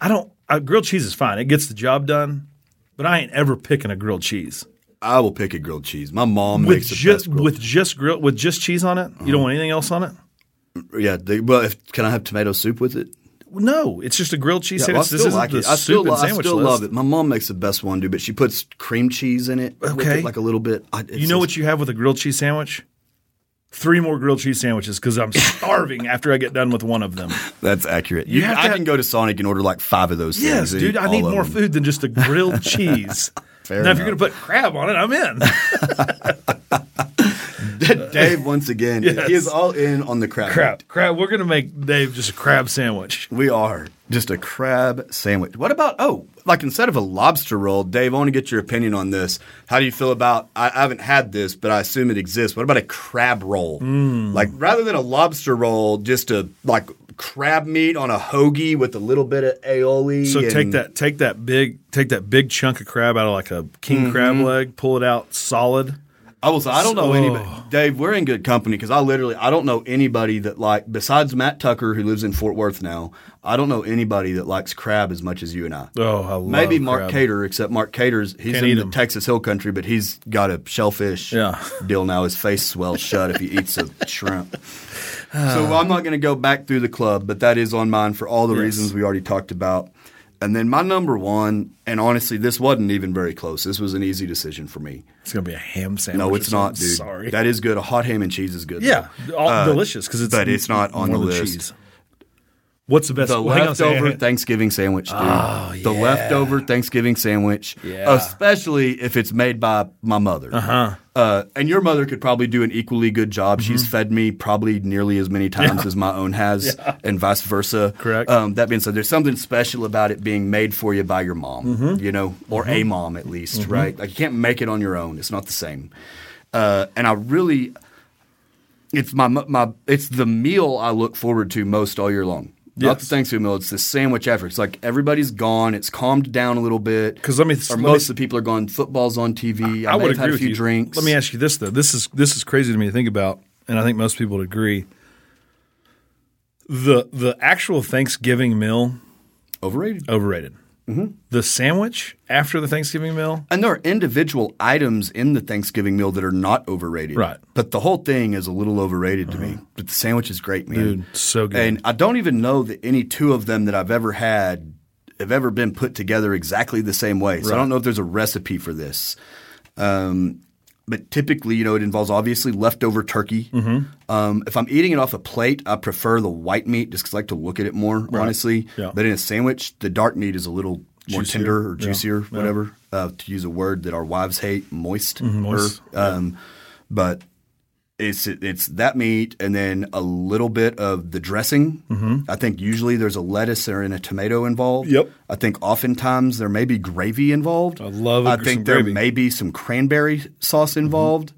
Speaker 2: I don't. Uh, grilled cheese is fine; it gets the job done. But I ain't ever picking a grilled cheese
Speaker 1: I will pick a grilled cheese. My mom
Speaker 2: with
Speaker 1: makes the
Speaker 2: just
Speaker 1: best grilled. Uh-huh.
Speaker 2: with just grill with just cheese on it. You don't want anything else on it.
Speaker 1: yeah, they, well, if, can I have tomato soup with it?
Speaker 2: No, it's just a grilled cheese
Speaker 1: Yeah, well, I
Speaker 2: sandwich.
Speaker 1: still
Speaker 2: this isn't
Speaker 1: like
Speaker 2: the
Speaker 1: it. I still,
Speaker 2: soup
Speaker 1: lo-
Speaker 2: and
Speaker 1: I
Speaker 2: sandwich
Speaker 1: still
Speaker 2: list.
Speaker 1: love it. My mom makes the best one, dude. But she puts cream cheese in it. with
Speaker 2: Okay.
Speaker 1: it, like a little bit. I, it's
Speaker 2: You know
Speaker 1: just-
Speaker 2: what you have with a grilled cheese sandwich? Three more grilled cheese sandwiches because I'm starving after I get done with one of them.
Speaker 1: That's accurate. You,
Speaker 2: have
Speaker 1: I
Speaker 2: to have-
Speaker 1: can go to Sonic and order like five of those.
Speaker 2: Yes,
Speaker 1: things,
Speaker 2: dude, I
Speaker 1: all
Speaker 2: need
Speaker 1: of
Speaker 2: more
Speaker 1: them.
Speaker 2: food than just a grilled cheese.
Speaker 1: Fair
Speaker 2: now, if you're
Speaker 1: enough.
Speaker 2: gonna put crab on it, I'm in.
Speaker 1: Dave, once again,
Speaker 2: Uh, Yes.
Speaker 1: he is all in on the crab.
Speaker 2: crab, crab. We're gonna make Dave just a crab sandwich.
Speaker 1: We are just a crab sandwich. What about oh, like instead of a lobster roll, Dave? I want to get your opinion on this. How do you feel about? I, I haven't had this, but I assume it exists. What about a crab roll?
Speaker 2: Mm.
Speaker 1: Like rather than a lobster roll, just a like crab meat on a hoagie with a little bit of aioli.
Speaker 2: So take
Speaker 1: and-
Speaker 2: that take that big take that big chunk of crab out of like a king
Speaker 1: Mm-hmm.
Speaker 2: crab leg, pull it out solid.
Speaker 1: I was. I don't know
Speaker 2: So-
Speaker 1: anybody. Dave, we're in good company because I literally I don't know anybody that like besides Matt Tucker who lives in Fort Worth now. I don't know anybody that likes crab as much as you and I.
Speaker 2: Oh, I love
Speaker 1: Maybe Mark
Speaker 2: crab.
Speaker 1: Cater, except Mark Cater's he's in
Speaker 2: Can't eat
Speaker 1: the
Speaker 2: him.
Speaker 1: Texas Hill Country, but he's got a shellfish
Speaker 2: Yeah.
Speaker 1: deal now. His face swells shut if he eats a shrimp. So I'm not going to go back through the club, but that is on mine for all the reasons we already talked about. And then my number one, and honestly, this wasn't even very close. This was an easy decision for me.
Speaker 2: It's gonna be a ham sandwich.
Speaker 1: No,
Speaker 2: or
Speaker 1: it's not,
Speaker 2: something.
Speaker 1: dude.
Speaker 2: Sorry.
Speaker 1: That is good. A hot ham and cheese is good.
Speaker 2: yeah,
Speaker 1: though.
Speaker 2: all
Speaker 1: Uh,
Speaker 2: delicious because it's
Speaker 1: but it's not on
Speaker 2: more
Speaker 1: the
Speaker 2: than
Speaker 1: list.
Speaker 2: cheese. What's the best?
Speaker 1: The
Speaker 2: well, hang on a second,
Speaker 1: leftover
Speaker 2: hang on.
Speaker 1: Thanksgiving sandwich, dude. The leftover Thanksgiving sandwich,
Speaker 2: Oh, Yeah.
Speaker 1: especially if it's made by my mother. Uh-huh. and your mother could probably do an equally good job.
Speaker 2: Mm-hmm.
Speaker 1: She's fed me probably nearly as many times as my own has, and vice versa.
Speaker 2: Correct.
Speaker 1: Um, that being said, there's something special about it being made for you by your mom,
Speaker 2: Mm-hmm.
Speaker 1: you know, or a mom at least, right? Like you can't make it on your own. It's not the same. Uh, and I really, it's my my it's the meal I look forward to most all year long. Not the
Speaker 2: Yes.
Speaker 1: Thanksgiving meal. It's the sandwich after. It's like everybody's gone. It's calmed down a little bit.
Speaker 2: 'Cause let me-
Speaker 1: or
Speaker 2: let me-
Speaker 1: most of the people are gone. Football's on TV. I,
Speaker 2: I
Speaker 1: may
Speaker 2: would
Speaker 1: have
Speaker 2: agree
Speaker 1: had a
Speaker 2: with
Speaker 1: few
Speaker 2: you.
Speaker 1: drinks.
Speaker 2: Let me ask you this though. This is this is crazy to me to think about, and I think most people would agree. The the actual Thanksgiving meal
Speaker 1: Overrated.
Speaker 2: overrated.
Speaker 1: Mm-hmm.
Speaker 2: the sandwich after the Thanksgiving meal.
Speaker 1: And there are individual items in the Thanksgiving meal that are not overrated.
Speaker 2: Right. Uh-huh.
Speaker 1: But the whole thing is a little overrated to me. But the sandwich is great, man.
Speaker 2: Dude, so good.
Speaker 1: And I don't even know that any two of them that I've ever had have ever been put together exactly the same way. So I don't know if there's a recipe for this. Um, but typically, you know, it involves obviously leftover turkey.
Speaker 2: Mm-hmm.
Speaker 1: Um, if I'm eating it off a plate, I prefer the white meat just 'cause I like to look at it more, honestly.
Speaker 2: Yeah.
Speaker 1: But in a sandwich, the dark meat is a little more
Speaker 2: Juicier.
Speaker 1: tender or
Speaker 2: Yeah.
Speaker 1: juicier, whatever, uh, to use a word that our wives hate, moist.
Speaker 2: Mm-hmm. moist.
Speaker 1: Um, But it's it's that meat and then a little bit of the dressing. I think usually there's a lettuce or in a tomato involved.
Speaker 2: Mm-hmm. Yep.
Speaker 1: I think oftentimes there may be gravy involved. I
Speaker 2: love
Speaker 1: I
Speaker 2: some
Speaker 1: think there
Speaker 2: gravy. Mm-hmm.
Speaker 1: may be some cranberry sauce involved.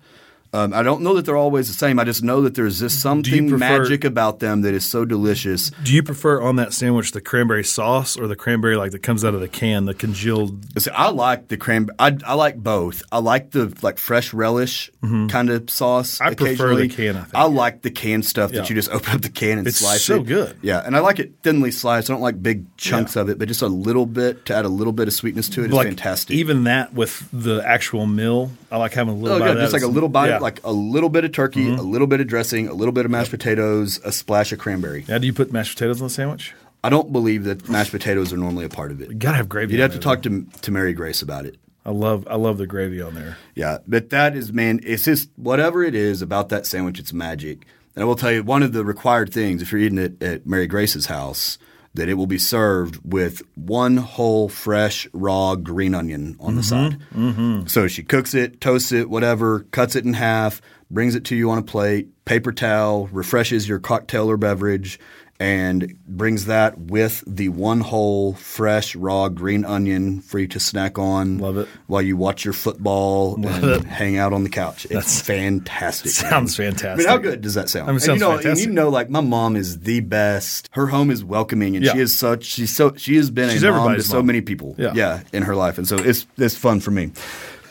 Speaker 1: Um, I don't know that they're always the same. I just know that there's just something
Speaker 2: prefer-
Speaker 1: magic about them that is so delicious.
Speaker 2: Do you prefer on that sandwich the cranberry sauce or the cranberry like that comes out of the can, the congealed?
Speaker 1: See, I like the cran. I, I like both. I like the like fresh relish kind of sauce.
Speaker 2: Mm-hmm. I prefer the
Speaker 1: occasionally.
Speaker 2: can, I think.
Speaker 1: like the canned stuff that
Speaker 2: Yeah.
Speaker 1: you just open up the can and
Speaker 2: It's
Speaker 1: slice.
Speaker 2: so
Speaker 1: it.
Speaker 2: good.
Speaker 1: Yeah, and I like it thinly sliced. I don't like big chunks of it, but just a little bit to add a little bit of sweetness to it is
Speaker 2: like
Speaker 1: fantastic.
Speaker 2: Even that with the actual meal, I like having a little.
Speaker 1: Oh,
Speaker 2: bite
Speaker 1: yeah,
Speaker 2: of that.
Speaker 1: just like a
Speaker 2: It's-
Speaker 1: little bite,
Speaker 2: yeah. Mm-hmm.
Speaker 1: of like a little bit of turkey, a little bit of dressing, a little bit of mashed potatoes, a splash of cranberry.
Speaker 2: Now, do you put mashed potatoes on the sandwich?
Speaker 1: I don't believe that mashed potatoes are normally a part of
Speaker 2: You
Speaker 1: it.
Speaker 2: gotta have gravy.
Speaker 1: You'd
Speaker 2: on
Speaker 1: have to
Speaker 2: there,
Speaker 1: talk to to Mary Grace about it.
Speaker 2: though. I love, I love the gravy on there.
Speaker 1: Yeah, but that is man, it's just whatever it is about that sandwich, it's magic. And I will tell you one of the required things if you're eating it at Mary Grace's house that it will be served with one whole fresh raw green onion on the
Speaker 2: Mm-hmm,
Speaker 1: side. So she cooks it, toasts it, whatever, cuts it in half, brings it to you on a plate, paper towel, refreshes your cocktail or beverage, and brings that with the one whole fresh raw green onion for you to snack on.
Speaker 2: Love it.
Speaker 1: While you watch your football and hang out on the couch. It's fantastic.
Speaker 2: Sounds
Speaker 1: I
Speaker 2: fantastic.
Speaker 1: mean, how good does that sound?
Speaker 2: I mean, it
Speaker 1: and you
Speaker 2: sounds
Speaker 1: know, and
Speaker 2: fantastic.
Speaker 1: you know, like my mom is the best. Her home is welcoming, and
Speaker 2: Yeah.
Speaker 1: she is such. She's so. She has been
Speaker 2: She's
Speaker 1: a mom to
Speaker 2: everybody's
Speaker 1: so
Speaker 2: mom.
Speaker 1: many people.
Speaker 2: Yeah.
Speaker 1: in her life, and so it's it's fun for me.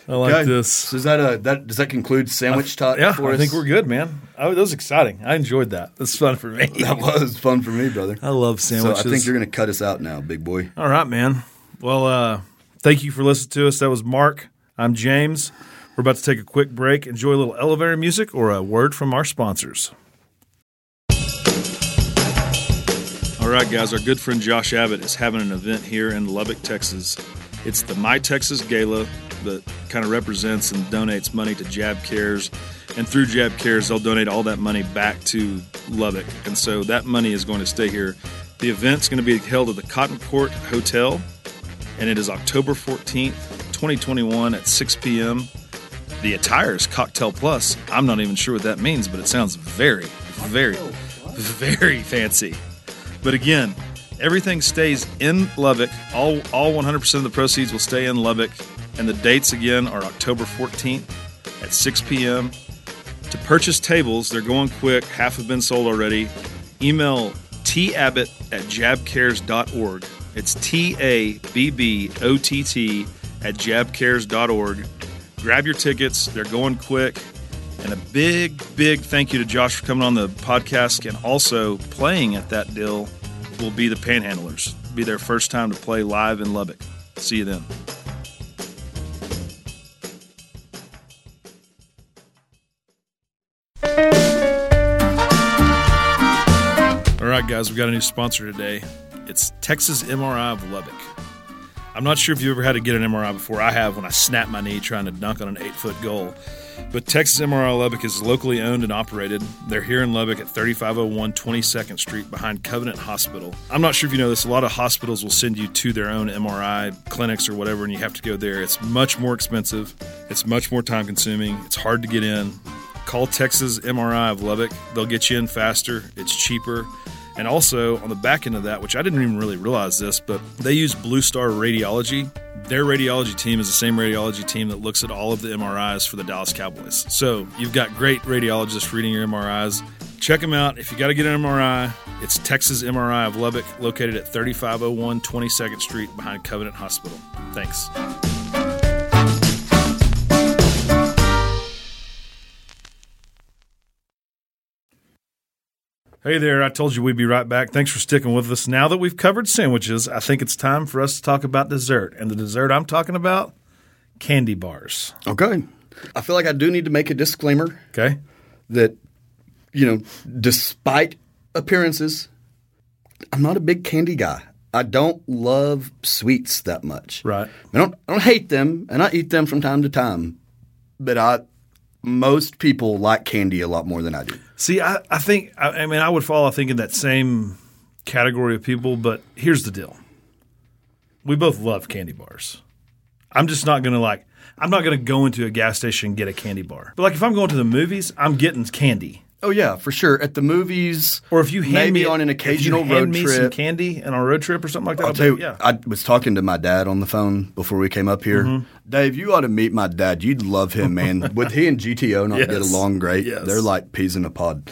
Speaker 2: I like
Speaker 1: Okay.
Speaker 2: this.
Speaker 1: So is that a that does that conclude sandwich talk?
Speaker 2: Yeah,
Speaker 1: for
Speaker 2: I
Speaker 1: us?
Speaker 2: think we're good, man. I, that was exciting. I enjoyed that. That's fun for me.
Speaker 1: That was fun for me, brother.
Speaker 2: I love
Speaker 1: So
Speaker 2: sandwiches.
Speaker 1: I think you're going to cut us out now, big boy.
Speaker 2: All right, man. Well, uh, thank you for listening to us. That was Mark. I'm James. We're about to take a quick break. Enjoy a little elevator music or a word from our sponsors. All right, guys. Our good friend Josh Abbott is having an event here in Lubbock, Texas. It's the My Texas Gala that kind of represents and donates money to Jab Cares. And through Jab Cares, they'll donate all that money back to Lubbock. And so that money is going to stay here. The event's going to be held at the Cotton Court Hotel, and it is October 14th, 2021 at 6 p.m. The attire is Cocktail Plus. I'm not even sure what that means, but it sounds very, very, very fancy. But again, everything stays in Lubbock. All all 100% of the proceeds will stay in Lubbock, and the dates again are October 14th at 6 p.m. To purchase tables, they're going quick. Half have been sold already. Email tabbott at jabcares.org. It's T A B B O T T at jabcares.org. Grab your tickets, they're going quick. And a big, big thank you to Josh for coming on the podcast and also playing at that deal will be the Panhandlers. It'll be their first time to play live in Lubbock. See you then. All right, guys, we got a new sponsor today. It's Texas MRI of Lubbock. I'm not sure if you ever had to get an MRI before. I have when I snapped my knee trying to dunk on an eight foot goal. But Texas MRI Lubbock is locally owned and operated. They're here in Lubbock at 3501 22nd Street behind Covenant Hospital. I'm not sure if you know this, a lot of hospitals will send you to their own MRI clinics or whatever, and you have to go there. It's much more expensive, it's much more time consuming, it's hard to get in. Call Texas MRI of Lubbock. They'll get you in faster, it's cheaper. And also on the back end of that, which I didn't even really realize this, but they use Blue Star Radiology. Their radiology team is the same radiology team that looks at all of the MRIs for the Dallas Cowboys. So you've got great radiologists reading your MRIs. Check them out. If you got to get an MRI, it's Texas MRI of Lubbock, located at 3501 22nd Street behind Covenant Hospital. Thanks. Hey there, I told you we'd be right back. Thanks for sticking with us. Now that we've covered sandwiches, I think it's time for us to talk about dessert. And the dessert I'm talking about, candy bars.
Speaker 1: Okay. I feel like I do need to make a disclaimer
Speaker 2: Okay?
Speaker 1: that, you know, despite appearances, I'm not a big candy guy. I don't love sweets that much.
Speaker 2: Right.
Speaker 1: I don't, I don't hate them, and I eat them from time to time. But I, most people like candy a lot more than I do.
Speaker 2: See, I, I think, I, I mean, I would fall, I think, in that same category of people, but here's the deal. We both love candy bars. I'm just not going to like, I'm not going to go into a gas station and get a candy bar. But like if I'm going to the movies, I'm getting candy.
Speaker 1: Oh yeah, for sure. At the movies,
Speaker 2: Or if you hand
Speaker 1: maybe
Speaker 2: me
Speaker 1: on an
Speaker 2: if you
Speaker 1: occasional
Speaker 2: hand
Speaker 1: road
Speaker 2: me
Speaker 1: trip,
Speaker 2: some candy and on a road trip or something like that,
Speaker 1: I'll tell you,
Speaker 2: yeah,
Speaker 1: I was talking to my dad on the phone before we came up here.
Speaker 2: Mm-hmm.
Speaker 1: Dave, you ought to meet my dad. You'd love him, man. Would he and GTO not get
Speaker 2: Yes.
Speaker 1: along great?
Speaker 2: Yes.
Speaker 1: They're like peas in a pod.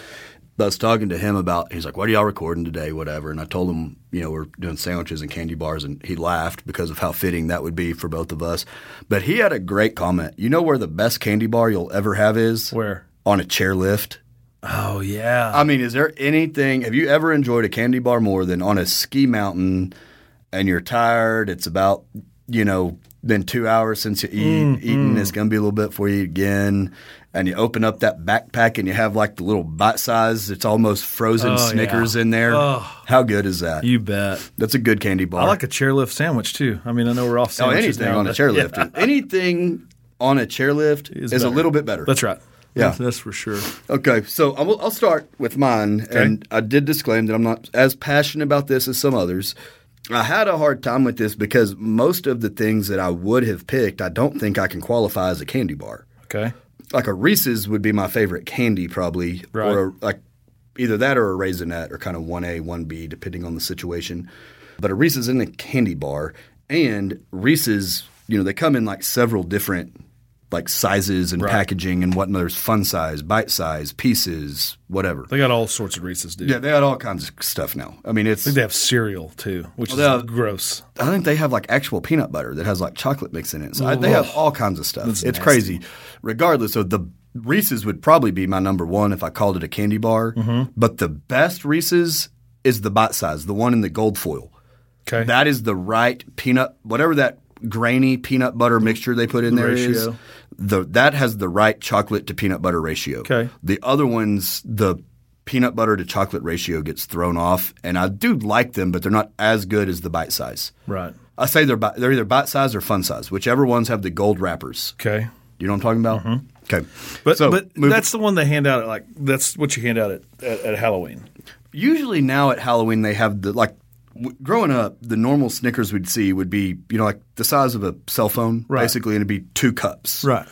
Speaker 1: But I was talking to him about, he's like, what are y'all recording today, whatever. And I told him, you know, we're doing sandwiches and candy bars. And he laughed because of how fitting that would be for both of us. But he had a great comment. You know where the best candy bar you'll ever have is?
Speaker 2: where?
Speaker 1: On a chairlift.
Speaker 2: Oh yeah,
Speaker 1: I mean, is there anything? Have you ever enjoyed a candy bar more than on a ski mountain, and you're tired? It's about you know been two hours since you eat
Speaker 2: Mm,
Speaker 1: eaten. It's gonna be a little bit before you eat again, and you open up that backpack and you have like the little bite size. It's almost frozen
Speaker 2: Oh,
Speaker 1: Snickers
Speaker 2: yeah.
Speaker 1: in there.
Speaker 2: Oh.
Speaker 1: How good is that?
Speaker 2: you bet.
Speaker 1: That's a good candy bar.
Speaker 2: I like a chairlift sandwich too. I mean, I know we're off
Speaker 1: oh,
Speaker 2: sandwiches
Speaker 1: anything
Speaker 2: now,
Speaker 1: on a
Speaker 2: but-
Speaker 1: chairlift.
Speaker 2: Yeah.
Speaker 1: Anything on a chairlift is,
Speaker 2: It's
Speaker 1: a
Speaker 2: better.
Speaker 1: little bit better.
Speaker 2: That's right.
Speaker 1: Yeah.
Speaker 2: that's, that's for sure.
Speaker 1: Okay, so I will, I'll start with mine, and I did disclaim that I'm not as passionate about this as some others. I had a hard time with this because most of the things that I would have picked, I don't think I can qualify as a candy bar.
Speaker 2: Okay,
Speaker 1: Like a Reese's would be my favorite candy, probably,
Speaker 2: Right.
Speaker 1: or like either that or a raisinette, or kind of one A, one B, depending on the situation. But a Reese's in a candy bar, and Reese's, you know, they come in like several different like sizes and packaging and whatnot. There's fun size, bite size, pieces, whatever.
Speaker 2: they got all sorts of Reese's, dude.
Speaker 1: Yeah, they got all kinds of stuff now. I mean, it's.
Speaker 2: They have cereal too, which
Speaker 1: Well,
Speaker 2: is
Speaker 1: they have-
Speaker 2: gross.
Speaker 1: I think they have like actual peanut butter that has like chocolate mix in it. So I, they have all kinds of stuff. It's
Speaker 2: nasty.
Speaker 1: crazy. Regardless, so the Reese's would probably be my number one if I called it a candy bar.
Speaker 2: Mm-hmm.
Speaker 1: But the best Reese's is the bite size, the one in the gold foil.
Speaker 2: Okay,
Speaker 1: That is the right peanut, whatever that grainy peanut butter mixture they put in there is.
Speaker 2: ratio.
Speaker 1: The that has the right chocolate to peanut butter ratio.
Speaker 2: Okay.
Speaker 1: The other ones, the peanut butter to chocolate ratio gets thrown off, and I do like them, but they're not as good as the bite size.
Speaker 2: right.
Speaker 1: I say they're bi- they're either bite size or fun size, whichever ones have the gold wrappers.
Speaker 2: Okay,
Speaker 1: You know what I'm talking about? Okay.
Speaker 2: Mm-hmm. but
Speaker 1: So,
Speaker 2: but
Speaker 1: move-
Speaker 2: that's the one they hand out at like that's what you hand out at at, at Halloween.
Speaker 1: usually now at Halloween they have the like w- growing up the normal Snickers we'd see would be you know like the size of a cell phone
Speaker 2: Right.
Speaker 1: basically and it'd be two cups.
Speaker 2: Right.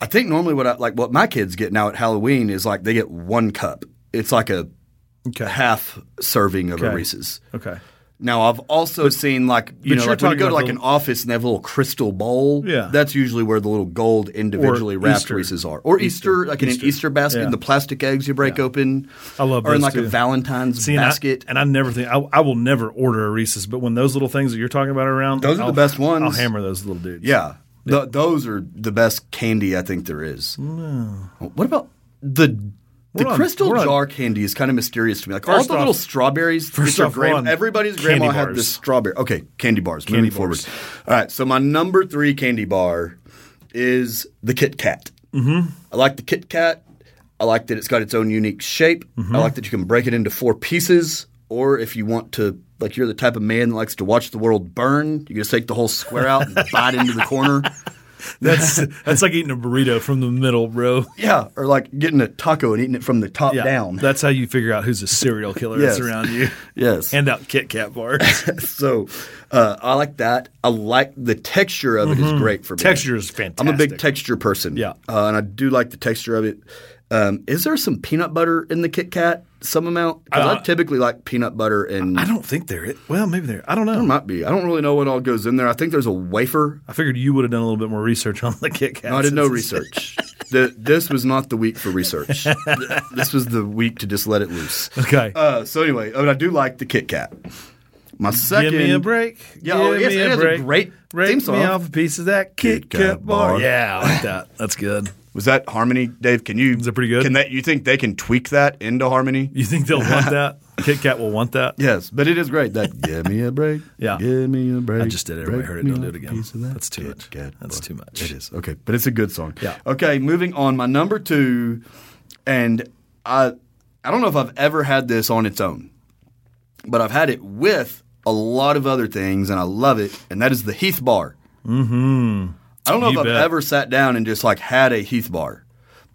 Speaker 1: I think normally what I like what my kids get now at Halloween is like they get one cup. It's like a a half serving of a
Speaker 2: Okay.
Speaker 1: Reese's.
Speaker 2: Okay.
Speaker 1: Now I've also seen like you know
Speaker 2: but you're
Speaker 1: like when you
Speaker 2: talking
Speaker 1: go to
Speaker 2: about
Speaker 1: like
Speaker 2: the-
Speaker 1: an office and they have a little crystal bowl.
Speaker 2: Yeah.
Speaker 1: that's usually where the little gold individually wrapped
Speaker 2: Easter.
Speaker 1: Reese's are, or Easter, like in an Easter basket,
Speaker 2: Yeah.
Speaker 1: the plastic eggs you break open.
Speaker 2: I love
Speaker 1: or in like
Speaker 2: those,
Speaker 1: a
Speaker 2: too.
Speaker 1: Valentine's
Speaker 2: See, and I-
Speaker 1: basket.
Speaker 2: and I, never think I, I will never order a Reese's, but when those little things that you're talking about are around,
Speaker 1: Those are the
Speaker 2: I'll-
Speaker 1: best ones.
Speaker 2: I'll hammer those little dudes.
Speaker 1: yeah, Th- those are the best candy I think there is. What about the the
Speaker 2: We're on-
Speaker 1: crystal
Speaker 2: we're on-
Speaker 1: jar candy is kind of mysterious to me. Like all
Speaker 2: First
Speaker 1: the
Speaker 2: off-
Speaker 1: little strawberries.
Speaker 2: First
Speaker 1: that your
Speaker 2: off, we're on
Speaker 1: everybody's
Speaker 2: candy
Speaker 1: grandma had
Speaker 2: bars.
Speaker 1: this strawberry. Okay, candy bars. moving
Speaker 2: bars.
Speaker 1: forward. All right, so my number three candy bar is the Kit Kat. Mm-hmm. I like the Kit Kat. I like that it's got its own unique shape. I like that you can break it into four pieces, or if you want to, like you're the type of man that likes to watch the world burn, you can just take the whole square out and bite into the corner.
Speaker 2: That's that's like eating a burrito from the middle, bro.
Speaker 1: Yeah, or like getting a taco and eating it from the top down.
Speaker 2: That's how you figure out who's a serial killer
Speaker 1: Yes.
Speaker 2: that's around you.
Speaker 1: yes.
Speaker 2: Hand out Kit Kat bars.
Speaker 1: so uh, I like that. I like the texture of it is great for me.
Speaker 2: Texture is fantastic.
Speaker 1: I'm a big texture person.
Speaker 2: Yeah.
Speaker 1: Uh, and I do like the texture of it. Um, is there some peanut butter in the Kit Kat? Some amount? Because I,
Speaker 2: Uh,
Speaker 1: typically like peanut butter and
Speaker 2: I don't think they're it. Well, maybe they're. I don't know.
Speaker 1: there might be. I don't really know what all goes in there. I think there's a wafer.
Speaker 2: I figured you would have done a little bit more research on the Kit Kat.
Speaker 1: No, I did no research. the, this was not the week for research. Th- this was the week to just let it loose.
Speaker 2: Okay.
Speaker 1: oh, Uh, so anyway, I, mean, I do like the Kit Kat. My second.
Speaker 2: Give me a break.
Speaker 1: Yeah,
Speaker 2: Give
Speaker 1: oh, yes,
Speaker 2: me
Speaker 1: it
Speaker 2: a
Speaker 1: is a
Speaker 2: break.
Speaker 1: great
Speaker 2: break
Speaker 1: theme song.
Speaker 2: me off a piece of that Kit
Speaker 1: Kat
Speaker 2: Kat bar.
Speaker 1: bar.
Speaker 2: Yeah, I like that. That's good.
Speaker 1: Was that harmony, Dave? Can you? Is
Speaker 2: that pretty good?
Speaker 1: Can that you think they can tweak that into harmony?
Speaker 2: You think they'll want that? Kit Kat will want that.
Speaker 1: Yes, but it is great. That give me a break.
Speaker 2: Yeah.
Speaker 1: give me a break.
Speaker 2: I just did it. Everybody
Speaker 1: break
Speaker 2: heard it.
Speaker 1: me
Speaker 2: Don't do
Speaker 1: a
Speaker 2: it again.
Speaker 1: piece of that
Speaker 2: That's too
Speaker 1: Kit
Speaker 2: much.
Speaker 1: Kat
Speaker 2: That's
Speaker 1: bar.
Speaker 2: too much.
Speaker 1: It is okay, but it's a good song.
Speaker 2: Yeah.
Speaker 1: Okay, moving on. My number two, and I, I don't know if I've ever had this on its own, but I've had it with a lot of other things, and I love it. And that is the Heath Bar. I don't know
Speaker 2: Mm-hmm. You
Speaker 1: if
Speaker 2: bet.
Speaker 1: I've ever sat down and just like had a Heath bar.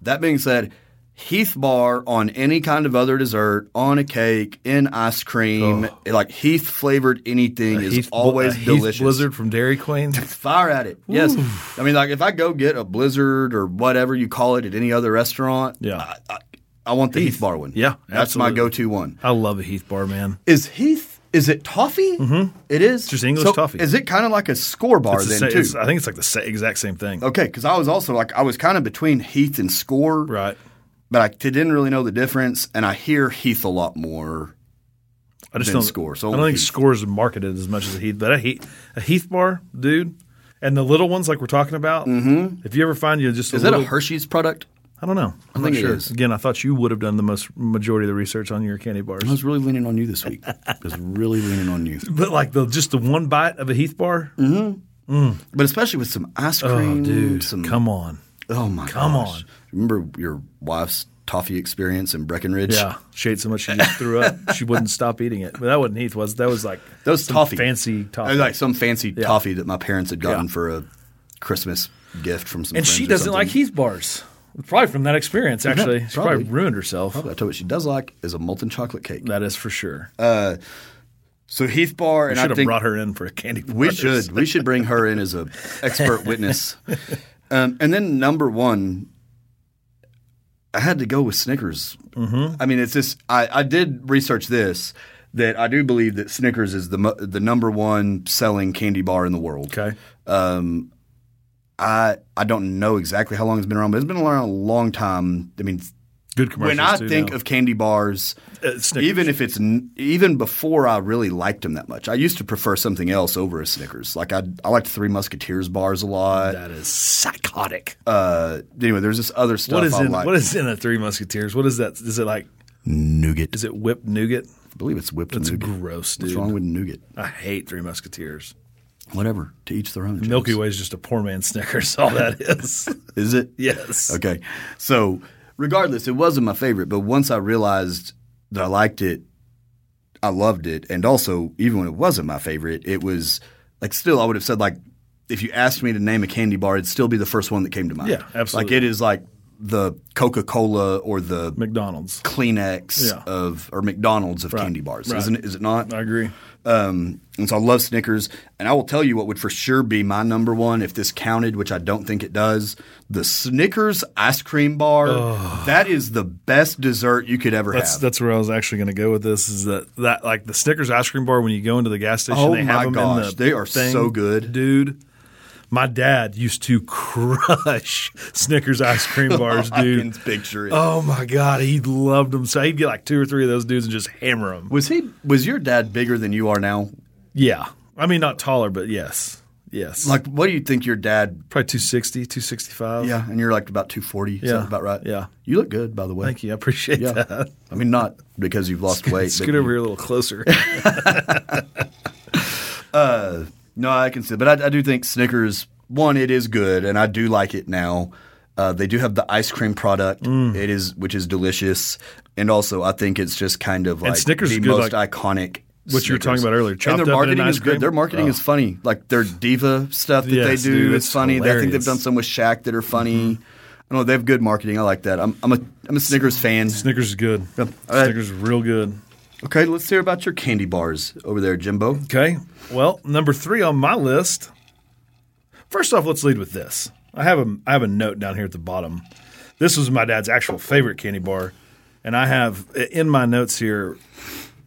Speaker 1: That being said, Heath bar on any kind of other dessert, on a cake, in ice cream, like Heath flavored anything is
Speaker 2: Heath-
Speaker 1: always
Speaker 2: Oh. a Heath
Speaker 1: delicious.
Speaker 2: Blizzard from Dairy Queen.
Speaker 1: Fire at it. Yes. I mean, like if I go get a blizzard or whatever you call it at any other restaurant,
Speaker 2: Yeah.
Speaker 1: I, I, I want the Heath, bar one.
Speaker 2: Yeah,
Speaker 1: That's my
Speaker 2: absolutely.
Speaker 1: go to one.
Speaker 2: I love a Heath bar, man.
Speaker 1: Is Heath, is it toffee? Mm-hmm. is.
Speaker 2: just English
Speaker 1: So
Speaker 2: toffee.
Speaker 1: Is it kind of like a score bar
Speaker 2: It's the
Speaker 1: then,
Speaker 2: sa-
Speaker 1: too?
Speaker 2: it's- uh, I think it's like the sa- exact same thing.
Speaker 1: Okay, because I was also like I was kind of between Heath and Score,
Speaker 2: Right.
Speaker 1: but I t- didn't really know the difference. And I hear Heath a lot more.
Speaker 2: I just
Speaker 1: Then
Speaker 2: don't
Speaker 1: Score, so
Speaker 2: I don't
Speaker 1: only
Speaker 2: think
Speaker 1: Heath.
Speaker 2: Score is marketed as much as a Heath, but a Heath, a Heath bar, dude, and the little ones like we're talking about. Mm-hmm. If you ever find you just
Speaker 1: Is
Speaker 2: a
Speaker 1: that
Speaker 2: little,
Speaker 1: a Hershey's product?
Speaker 2: I don't know. I'm
Speaker 1: think
Speaker 2: not
Speaker 1: it
Speaker 2: sure.
Speaker 1: is.
Speaker 2: Again, I thought you would have done the most majority of the research on your candy
Speaker 1: I
Speaker 2: bars,
Speaker 1: was really leaning on you this week. I was really leaning on you,
Speaker 2: but like the just the one bite of a Heath bar.
Speaker 1: Mm-hmm. but especially with some ice
Speaker 2: Oh,
Speaker 1: cream,
Speaker 2: dude,
Speaker 1: Some
Speaker 2: come on.
Speaker 1: oh my,
Speaker 2: come
Speaker 1: gosh.
Speaker 2: on.
Speaker 1: Remember your wife's toffee experience in Breckenridge?
Speaker 2: Yeah, she ate so much she just threw up. She wouldn't stop eating it. But that wasn't Heath. Was that was like
Speaker 1: That was
Speaker 2: some
Speaker 1: toffee.
Speaker 2: fancy
Speaker 1: It
Speaker 2: toffee.
Speaker 1: was like some fancy
Speaker 2: Yeah.
Speaker 1: toffee that my parents had gotten
Speaker 2: Yeah.
Speaker 1: for a Christmas gift from some.
Speaker 2: and
Speaker 1: friends
Speaker 2: she
Speaker 1: or
Speaker 2: doesn't like
Speaker 1: something.
Speaker 2: Heath bars. Probably from that experience. Actually, she probably
Speaker 1: probably.
Speaker 2: ruined herself.
Speaker 1: I tell you what she does like is a molten chocolate cake.
Speaker 2: That is for sure.
Speaker 1: So Heath Bar,
Speaker 2: I
Speaker 1: and
Speaker 2: should
Speaker 1: I
Speaker 2: have
Speaker 1: think
Speaker 2: brought her in for a candy. Bar.
Speaker 1: We should. We should bring her in as a expert witness. Um, and then number one, I had to go with Snickers.
Speaker 2: Mm-hmm.
Speaker 1: I mean, it's just I, I did research this that I do believe that Snickers is the mo- the number one selling candy bar in the world.
Speaker 2: Okay.
Speaker 1: I I don't know exactly how long it's been around, but it's been around a long time. I mean,
Speaker 2: Good
Speaker 1: when
Speaker 2: commercials.
Speaker 1: I
Speaker 2: too
Speaker 1: think
Speaker 2: now.
Speaker 1: of candy bars,
Speaker 2: Uh, Snickers.
Speaker 1: even if it's n- even before I really liked them that much, I used to prefer something else over a Snickers. Like I I liked Three Musketeers bars a lot.
Speaker 2: that is psychotic.
Speaker 1: Uh, anyway, there's this other stuff
Speaker 2: what is
Speaker 1: I
Speaker 2: in
Speaker 1: like.
Speaker 2: What is in the Three Musketeers? What is that? Is it like?
Speaker 1: nougat?
Speaker 2: Is it whipped nougat?
Speaker 1: I believe it's whipped
Speaker 2: It's
Speaker 1: nougat.
Speaker 2: gross, dude.
Speaker 1: What's wrong with nougat?
Speaker 2: I hate Three Musketeers.
Speaker 1: Whatever. To each their own.
Speaker 2: Milky
Speaker 1: James.
Speaker 2: Way is just a poor man's Snickers. All that is.
Speaker 1: Is it?
Speaker 2: yes.
Speaker 1: Okay. So, regardless, it wasn't my favorite, but once I realized that I liked it, I loved it. And also, even when it wasn't my favorite, it was like still, I would have said, like, if you asked me to name a candy bar, it'd still be the first one that came to mind.
Speaker 2: Yeah, absolutely.
Speaker 1: Like, it is like the Coca Cola or the
Speaker 2: McDonald's.
Speaker 1: Kleenex
Speaker 2: Yeah.
Speaker 1: of, or McDonald's of candy bars,
Speaker 2: right.
Speaker 1: isn't it? Is it not?
Speaker 2: I agree.
Speaker 1: Um, and so I love Snickers. And I will tell you what would for sure be my number one if this counted, which I don't think it does. The Snickers ice cream bar. That is the best dessert you could ever
Speaker 2: That's
Speaker 1: have.
Speaker 2: that's where I was actually going to go with this. Is that that like the Snickers ice cream bar when you go into the gas station?
Speaker 1: Oh
Speaker 2: they have
Speaker 1: my
Speaker 2: them
Speaker 1: gosh,
Speaker 2: in the
Speaker 1: they are
Speaker 2: thing.
Speaker 1: so good.
Speaker 2: dude. My dad used to crush Snickers ice cream bars,
Speaker 1: I
Speaker 2: dude.
Speaker 1: can picture it.
Speaker 2: Oh my god, he loved them. So he'd get like two or three of those dudes and just hammer them.
Speaker 1: was he? Was your dad bigger than you are now?
Speaker 2: Yeah, I mean not taller, but yes, yes,
Speaker 1: Like, what do you think your dad?
Speaker 2: probably 260, 265.
Speaker 1: Yeah, and you're like about two forty.
Speaker 2: Yeah.
Speaker 1: about right.
Speaker 2: Yeah.
Speaker 1: you look good by the way.
Speaker 2: thank you, I appreciate
Speaker 1: Yeah,
Speaker 2: that.
Speaker 1: I mean not because you've lost weight.
Speaker 2: Scoot
Speaker 1: but you-
Speaker 2: over here a little closer.
Speaker 1: No, I can see, but I, I do think Snickers. One, it is good, and I do like it now. Uh, they do have the ice cream product.
Speaker 2: Mm.
Speaker 1: It is, which is delicious, and also I think it's just kind of like
Speaker 2: Snickers
Speaker 1: the
Speaker 2: is good,
Speaker 1: most
Speaker 2: like,
Speaker 1: iconic.
Speaker 2: what you were talking
Speaker 1: Snickers.
Speaker 2: about earlier, chopped
Speaker 1: and
Speaker 2: up in
Speaker 1: their
Speaker 2: an
Speaker 1: marketing
Speaker 2: ice
Speaker 1: is good.
Speaker 2: cream?
Speaker 1: Their marketing
Speaker 2: Oh.
Speaker 1: is funny. Like their diva stuff that
Speaker 2: Yes,
Speaker 1: they do
Speaker 2: dude,
Speaker 1: is
Speaker 2: it's
Speaker 1: funny. I think they've
Speaker 2: hilarious. Mm-hmm.
Speaker 1: done some with Shaq that are funny. I don't know. They have good marketing. I like that. I'm, I'm a I'm a Snickers fan.
Speaker 2: Snickers is good.
Speaker 1: right.
Speaker 2: Snickers is real good.
Speaker 1: Okay, let's hear about your candy bars over there, Jimbo.
Speaker 2: Okay. Well, number three on my list. First off, let's lead with this. I have a I have a note down here at the bottom. This was my dad's actual favorite candy bar, and I have in my notes here.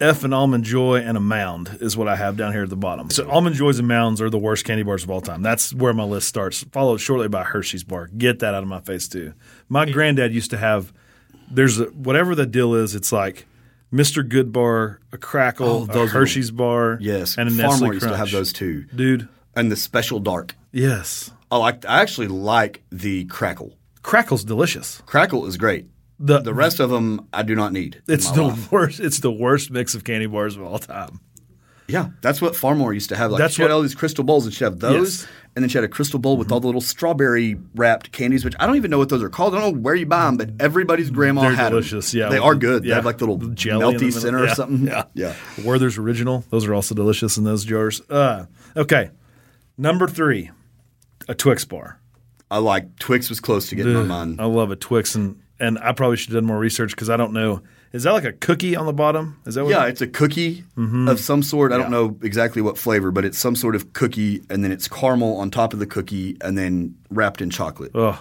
Speaker 2: F and almond joy and a mound is what I have down here at the bottom. So almond joys and mounds are the worst candy bars of all time. That's where my list starts, followed shortly by Hershey's bar. Get that out of my face too. My granddad used to have there's a, whatever the deal is. It's like Mr. Good bar, a crackle,
Speaker 1: Oh,
Speaker 2: a
Speaker 1: those are the-
Speaker 2: Hershey's bar,
Speaker 1: Yes,
Speaker 2: and a
Speaker 1: Farmore
Speaker 2: Nestle
Speaker 1: used to
Speaker 2: Crunch.
Speaker 1: have those too,
Speaker 2: dude.
Speaker 1: and the special dark.
Speaker 2: Yes,
Speaker 1: Oh, I like. I actually like the crackle.
Speaker 2: crackle's delicious.
Speaker 1: Crackle is great.
Speaker 2: The,
Speaker 1: The rest of them I do not need. in
Speaker 2: it's
Speaker 1: my
Speaker 2: the
Speaker 1: life.
Speaker 2: worst. It's the worst mix of candy bars of all time.
Speaker 1: yeah. That's what Farmore used to have. Like
Speaker 2: That's
Speaker 1: she had
Speaker 2: what-
Speaker 1: all these crystal bowls, and she had those,
Speaker 2: Yes.
Speaker 1: and then she had a crystal bowl with all the little strawberry wrapped candies, which I don't even know what those are called. I don't know where you buy them, but everybody's grandma
Speaker 2: They're
Speaker 1: had 'em.
Speaker 2: delicious, yeah.
Speaker 1: they
Speaker 2: With
Speaker 1: are
Speaker 2: the-
Speaker 1: good. They
Speaker 2: yeah.
Speaker 1: have like little
Speaker 2: The jelly in the
Speaker 1: melty
Speaker 2: middle.
Speaker 1: center or
Speaker 2: Yeah,
Speaker 1: something.
Speaker 2: yeah.
Speaker 1: yeah.
Speaker 2: Werther's original; those are also delicious in those jars. Uh, okay, number three, a Twix bar.
Speaker 1: I like Twix was close to getting my mind.
Speaker 2: I love a Twix, and and I probably should have done more research because I don't know. Is that like a cookie on the bottom? Is that what
Speaker 1: Yeah, it's a cookie
Speaker 2: Mm-hmm.
Speaker 1: of some sort. I don't know exactly what flavor, but it's some sort of cookie, and then it's caramel on top of the cookie, and then wrapped in chocolate.
Speaker 2: Ugh.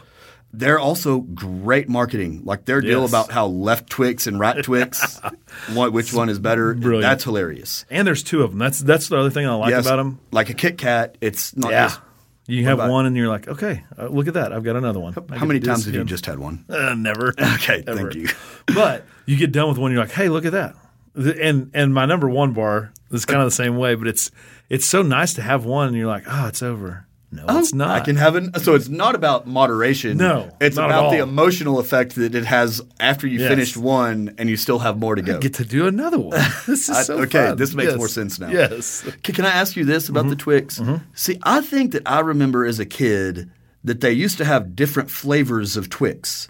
Speaker 1: They're also great marketing. Like their deal
Speaker 2: Yes.
Speaker 1: about how left Twix and right Twix, what, which one is better?
Speaker 2: Brilliant.
Speaker 1: That's hilarious.
Speaker 2: And there's two of them. That's that's the other thing I like
Speaker 1: Yes,
Speaker 2: about them.
Speaker 1: like a Kit Kat, it's not. just-
Speaker 2: You have
Speaker 1: about-
Speaker 2: one and you're like, okay, uh, look at that. I've got another one. I
Speaker 1: how
Speaker 2: get
Speaker 1: many
Speaker 2: to do this
Speaker 1: times have you
Speaker 2: again.
Speaker 1: just had one?
Speaker 2: Uh, never.
Speaker 1: Okay,
Speaker 2: Ever.
Speaker 1: thank you.
Speaker 2: but you get done with one, you're like, hey, look at that. Th- And and my number one bar is kind of the same way, but it's it's so nice to have one, and you're like, oh, it's over. No, it's not.
Speaker 1: I can have an. So it's not about moderation.
Speaker 2: No,
Speaker 1: it's
Speaker 2: not at
Speaker 1: about the
Speaker 2: all.
Speaker 1: emotional effect that it has after you
Speaker 2: Yes.
Speaker 1: finished one and you still have more to go.
Speaker 2: get to do another one. This
Speaker 1: I-
Speaker 2: is so
Speaker 1: okay,
Speaker 2: fun.
Speaker 1: this makes
Speaker 2: Yes.
Speaker 1: more sense now.
Speaker 2: Yes. Mm-hmm.
Speaker 1: C- Can I ask you this about the Twix? See, I think that I remember as a kid that they used to have different flavors of Twix.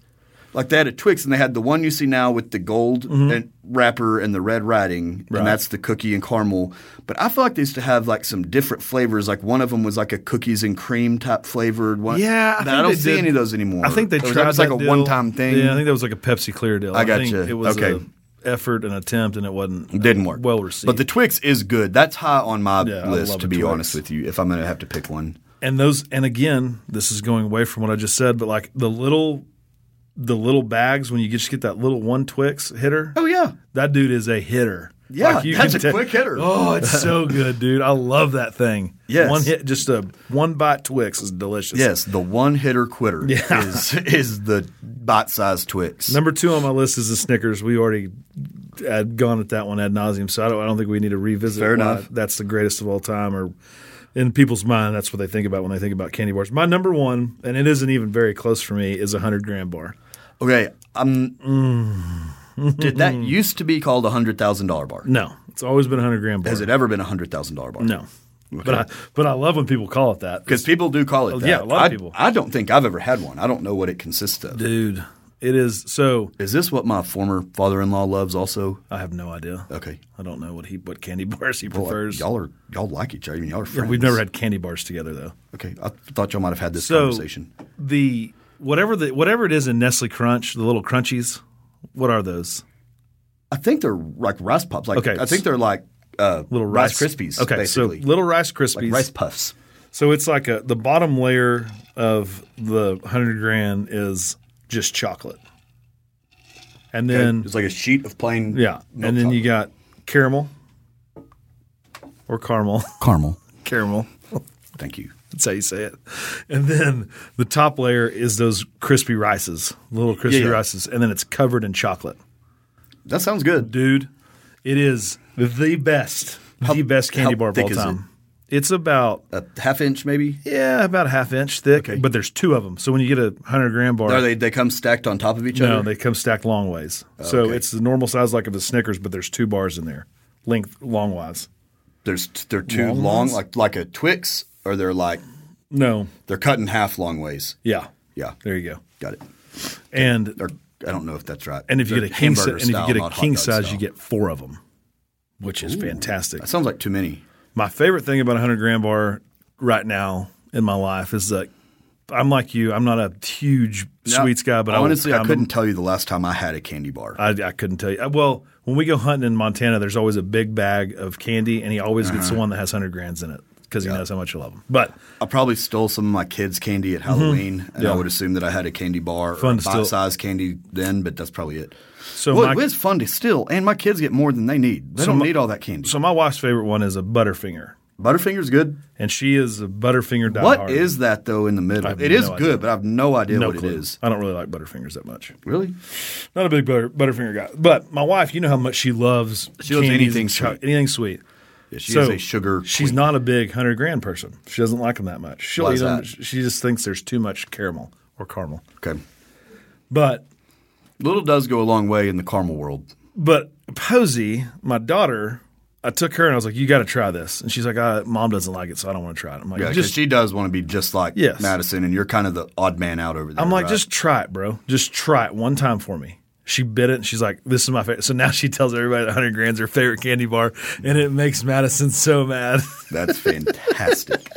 Speaker 1: Like they had a Twix and they had the one you see now with the gold
Speaker 2: Mm-hmm.
Speaker 1: and wrapper and the red writing, and that's the cookie and caramel. But I feel like they used to have like some different flavors. Like one of them was like a cookies and cream type flavored one. I, I
Speaker 2: Yeah, I think
Speaker 1: don't
Speaker 2: they
Speaker 1: see
Speaker 2: did-
Speaker 1: any of those anymore.
Speaker 2: I think they
Speaker 1: It was
Speaker 2: tried
Speaker 1: just like
Speaker 2: that
Speaker 1: a
Speaker 2: deal.
Speaker 1: one time thing.
Speaker 2: Yeah, I think that was like a Pepsi Clear deal. I, think
Speaker 1: gotcha.
Speaker 2: It was
Speaker 1: Okay.
Speaker 2: a effort and attempt, and it wasn't
Speaker 1: Didn't work.
Speaker 2: Well received.
Speaker 1: But the Twix is good. That's high on my
Speaker 2: Yeah, I
Speaker 1: list,
Speaker 2: love
Speaker 1: to
Speaker 2: a
Speaker 1: be
Speaker 2: Twix.
Speaker 1: honest with you, if I'm going to have to pick one.
Speaker 2: and those and again this is going away from what i just said but like the little the little bags when you just get that little one twix hitter
Speaker 1: Oh, yeah.
Speaker 2: that dude is a hitter
Speaker 1: Yeah,
Speaker 2: Like, you
Speaker 1: that's a
Speaker 2: can ta-
Speaker 1: quick hitter.
Speaker 2: oh it's so good dude i love that thing
Speaker 1: Yes.
Speaker 2: one hit just a one bite twix is delicious
Speaker 1: Yes, the one hitter quitter
Speaker 2: Yeah.
Speaker 1: is is the bite sized Twix.
Speaker 2: number two on my list is the snickers we already had gone at that one ad nauseum so i don't, I don't think we need to revisit
Speaker 1: Fair
Speaker 2: why
Speaker 1: enough.
Speaker 2: that's the greatest of all time or in people's mind that's what they think about when they think about candy bars my number one and it isn't even very close for me is a 100 gram bar
Speaker 1: Okay, um, did that used to be called a hundred thousand dollar bar?
Speaker 2: Mm. No, it's always been a hundred gram bar.
Speaker 1: Has it ever been a hundred thousand dollar bar?
Speaker 2: No, but I but I love when people call it that.
Speaker 1: because people do call it that.
Speaker 2: Oh, yeah, a lot of
Speaker 1: I-
Speaker 2: people.
Speaker 1: I don't think I've ever had one. I don't know what it consists of.
Speaker 2: Dude, it is so.
Speaker 1: Is this what my former father in law loves? Also,
Speaker 2: I have no idea.
Speaker 1: okay.
Speaker 2: I don't know what he what candy bars he
Speaker 1: Well,
Speaker 2: prefers.
Speaker 1: y'all are y'all like each other. I mean, y'all are friends.
Speaker 2: We've never had candy bars together though.
Speaker 1: Okay, I thought y'all might have had this
Speaker 2: So
Speaker 1: conversation.
Speaker 2: the whatever the whatever it is in Nestle Crunch, the little crunchies. What are those?
Speaker 1: I think they're like rice pops. Like
Speaker 2: Okay.
Speaker 1: I think they're like uh,
Speaker 2: Little
Speaker 1: rice, krispies.
Speaker 2: Okay,
Speaker 1: basically.
Speaker 2: so little rice krispies.
Speaker 1: rice puffs.
Speaker 2: So it's like a the bottom layer of the hundred grand is just chocolate, and then
Speaker 1: it's like a sheet of plain.
Speaker 2: Yeah, and then you got caramel or caramel,
Speaker 1: caramel.
Speaker 2: caramel.
Speaker 1: Thank you.
Speaker 2: That's how you say it. And then the top layer is those crispy rices, little crispy
Speaker 1: Yeah, yeah.
Speaker 2: rices, and then it's covered in chocolate.
Speaker 1: That sounds good.
Speaker 2: Dude, it is the best, the best candy
Speaker 1: how
Speaker 2: bar of
Speaker 1: thick
Speaker 2: all
Speaker 1: is it?
Speaker 2: time. It's about
Speaker 1: A half inch, maybe.
Speaker 2: yeah, about a half inch thick,
Speaker 1: Okay.
Speaker 2: but there's two of them. So when you get a hundred gram bar,
Speaker 1: Are they? They come stacked on top of each
Speaker 2: no,
Speaker 1: other.
Speaker 2: they come stacked long ways. so
Speaker 1: okay.
Speaker 2: it's the normal size like of a Snickers, but there's two bars in there, length longwise.
Speaker 1: There's they're too long,
Speaker 2: Long ones?
Speaker 1: like like a Twix, or they're like
Speaker 2: No,
Speaker 1: they're cut in half long ways.
Speaker 2: yeah,
Speaker 1: Yeah,
Speaker 2: There you go.
Speaker 1: got it.
Speaker 2: And
Speaker 1: Or I don't know if that's right.
Speaker 2: and if you
Speaker 1: They're
Speaker 2: get a king size,
Speaker 1: hamburger
Speaker 2: and if you
Speaker 1: style,
Speaker 2: get a
Speaker 1: not hot
Speaker 2: king
Speaker 1: dog
Speaker 2: size,
Speaker 1: style.
Speaker 2: you get four of them, which is fantastic.
Speaker 1: That sounds like too many.
Speaker 2: My favorite thing about a hundred gram bar right now in my life is that I'm like you. I'm not a huge sweets guy, but I will
Speaker 1: honestly, I
Speaker 2: pound
Speaker 1: couldn't
Speaker 2: them.
Speaker 1: tell you the last time I had a candy bar.
Speaker 2: I, I couldn't tell you. Uh, Well, when we go hunting in Montana, there's always a big bag of candy, and he always gets
Speaker 1: Uh-huh.
Speaker 2: the one that has hundred grams in it because he knows how much you love them. But
Speaker 1: I probably stole some of my kids' candy at Halloween, and I would assume that I had a candy bar
Speaker 2: Mm-hmm. Fun
Speaker 1: or
Speaker 2: to steal.
Speaker 1: size candy then, but that's probably it.
Speaker 2: so
Speaker 1: well,
Speaker 2: my
Speaker 1: it is fun to steal, and my kids get more than they need. They don't
Speaker 2: my-
Speaker 1: need all that candy.
Speaker 2: so my wife's favorite one is a Butterfinger.
Speaker 1: Butterfinger's good.
Speaker 2: and she is a Butterfinger diehard.
Speaker 1: What is that though in the middle?
Speaker 2: have
Speaker 1: It is
Speaker 2: no
Speaker 1: good,
Speaker 2: idea.
Speaker 1: but I have no idea
Speaker 2: No
Speaker 1: what
Speaker 2: clue.
Speaker 1: it is.
Speaker 2: I don't really like Butterfingers that much.
Speaker 1: Really?
Speaker 2: Not a big butter, Butterfinger guy, but my wife, you know how much she loves
Speaker 1: She loves
Speaker 2: candies
Speaker 1: anything
Speaker 2: and choc-
Speaker 1: sweet.
Speaker 2: anything sweet.
Speaker 1: Yeah, she is a sugar.
Speaker 2: She's
Speaker 1: queen.
Speaker 2: not a big hundred grand person. She doesn't like them that much. She'll
Speaker 1: Why
Speaker 2: eat
Speaker 1: is
Speaker 2: them.
Speaker 1: that?
Speaker 2: She just thinks there's too much caramel or caramel.
Speaker 1: Okay.
Speaker 2: But
Speaker 1: Little does go a long way in the caramel world.
Speaker 2: But Posey, my daughter, I took her and I was like, "You got to try this," and she's like, uh, "Mom doesn't like it, so I don't want to try it." I'm like,
Speaker 1: Yeah, 'cause
Speaker 2: "Just,
Speaker 1: she does want to be just like
Speaker 2: Yes.
Speaker 1: Madison, and you're kind of the odd man out over there.
Speaker 2: I'm like,
Speaker 1: right?
Speaker 2: just try it, bro. Just try it one time for me." She bit it and she's like, "This is my favorite." So now she tells everybody that 100 grand's her favorite candy bar, and it makes Madison so mad.
Speaker 1: that's fantastic.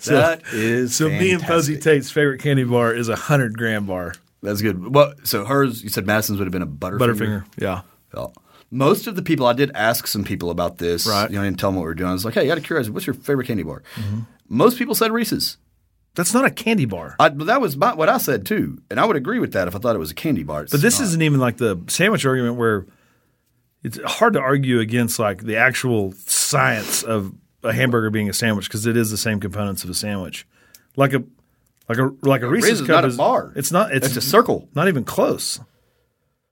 Speaker 2: so,
Speaker 1: That is
Speaker 2: so. Me and Posey
Speaker 1: fantastic.
Speaker 2: Tate's favorite candy bar is a 100 grand bar,
Speaker 1: That's good. Well, so hers, you said Madison's would have been a Butterfinger.
Speaker 2: Butterfinger. Yeah,
Speaker 1: Well, most of the people, I did ask some people about this.
Speaker 2: Right. Mm-hmm.
Speaker 1: You know, I didn't tell them what we were doing. I was like, hey, out of curiosity, what's your favorite candy bar? Most people said Reese's.
Speaker 2: that's not a candy bar.
Speaker 1: I, but that was my, what I said too, and I would agree with that if I thought it was a candy bar. It's
Speaker 2: But this
Speaker 1: not.
Speaker 2: isn't even like the sandwich argument where it's hard to argue against like the actual science of a hamburger being a sandwich because it is the same components of a sandwich. Like a like a like a Reese's
Speaker 1: Reese's
Speaker 2: cup
Speaker 1: not a
Speaker 2: is-
Speaker 1: bar.
Speaker 2: It's not. It's,
Speaker 1: It's a circle.
Speaker 2: Not even close.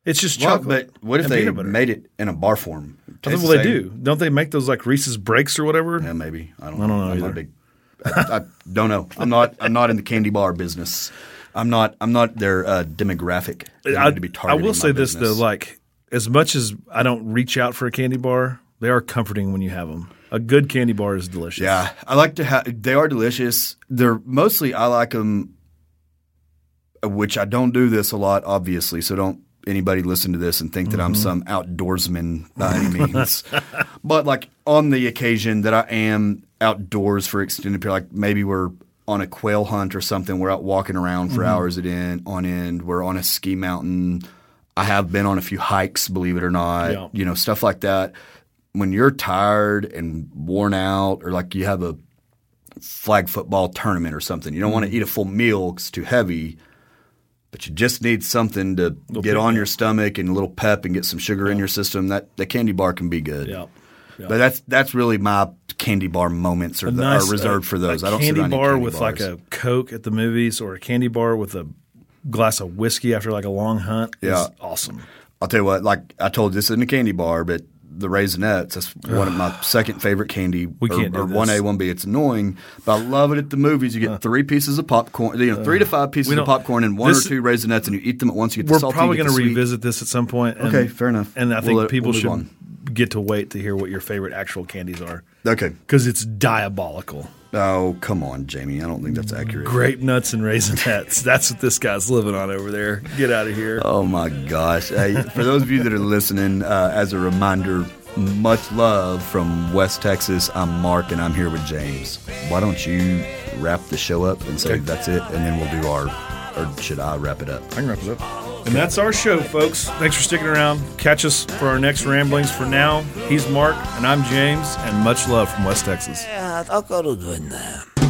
Speaker 2: It's just
Speaker 1: Well,
Speaker 2: chocolate.
Speaker 1: but what if
Speaker 2: and
Speaker 1: they
Speaker 2: peanut butter.
Speaker 1: made it in a bar form?
Speaker 2: That's
Speaker 1: Tastes
Speaker 2: what they
Speaker 1: the same.
Speaker 2: do. Don't they make those like Reese's breaks or whatever?
Speaker 1: Yeah, maybe. I don't.
Speaker 2: I don't know
Speaker 1: I'm not a
Speaker 2: either.
Speaker 1: big- I, I don't know. I'm not. I'm not in the candy bar business. I'm not. I'm not their uh, demographic. They
Speaker 2: I,
Speaker 1: need to be
Speaker 2: I
Speaker 1: targeting
Speaker 2: will
Speaker 1: my
Speaker 2: say this
Speaker 1: business.
Speaker 2: though, like as much as I don't reach out for a candy bar, they are comforting when you have them. A good candy bar is delicious.
Speaker 1: Yeah, I like to have. They are delicious. They're mostly I like them, which I don't do this a lot, obviously. So don't anybody listen to this and think that I'm some outdoorsman by any means. but like on the occasion that I am outdoors for extended period, like maybe we're on a quail hunt or something, we're out walking around for hours at end on end. We're on a ski mountain. I have been on a few hikes, believe it or not.
Speaker 2: Yeah.
Speaker 1: You know, stuff like that. When you're tired and worn out, or like you have a flag football tournament or something. You don't want to
Speaker 2: Mm-hmm.
Speaker 1: eat a full meal; 'cause it's too heavy. But you just need something to get
Speaker 2: pep,
Speaker 1: on your stomach and a little pep and get some sugar in your system. That the candy bar can be good.
Speaker 2: Yeah. Yeah.
Speaker 1: But that's that's really my candy bar moments are, the,
Speaker 2: nice,
Speaker 1: are reserved
Speaker 2: uh,
Speaker 1: for those.
Speaker 2: a
Speaker 1: I don't sit
Speaker 2: candy
Speaker 1: down and eat
Speaker 2: bar
Speaker 1: candy
Speaker 2: with like
Speaker 1: bars.
Speaker 2: a Coke at the movies, or a candy bar with a glass of whiskey after like a long hunt. is
Speaker 1: Yeah.
Speaker 2: awesome.
Speaker 1: I'll tell you what, like I told you, this isn't a candy bar, but the Raisinets, that's one of my second favorite candy.
Speaker 2: We can't do
Speaker 1: or, or 1A,
Speaker 2: this.
Speaker 1: 1B. It's annoying, but I love it at the movies. You get three pieces of popcorn, you know, three to five pieces of
Speaker 2: don't-
Speaker 1: popcorn and one or
Speaker 2: this-
Speaker 1: two Raisinets, and you eat them at once. You get the
Speaker 2: We're
Speaker 1: salty,
Speaker 2: probably
Speaker 1: you get
Speaker 2: going to
Speaker 1: the sweet.
Speaker 2: revisit this at some point. And,
Speaker 1: Okay, fair enough.
Speaker 2: And I
Speaker 1: We'll
Speaker 2: think
Speaker 1: let-
Speaker 2: people
Speaker 1: we'll move
Speaker 2: should
Speaker 1: on.
Speaker 2: get to wait to hear what your favorite actual candies are
Speaker 1: Okay.
Speaker 2: because it's diabolical.
Speaker 1: Oh, come on, Jamie. I don't think that's accurate.
Speaker 2: Grape nuts and raisinets. That's what this guy's living on over there. Get out of here.
Speaker 1: Oh my gosh. Hey, for those of you that are listening, uh, as a reminder, much love from West Texas. I'm Mark and I'm here with James. Why don't you wrap the show up and say that's it, and then we'll do our, or should I wrap it up?
Speaker 2: I can wrap it up. And that's our show, folks. Thanks for sticking around. Catch us for our next ramblings. For now, he's Mark, and I'm James, and much love from West Texas.
Speaker 4: Hát akarod, vagy nem?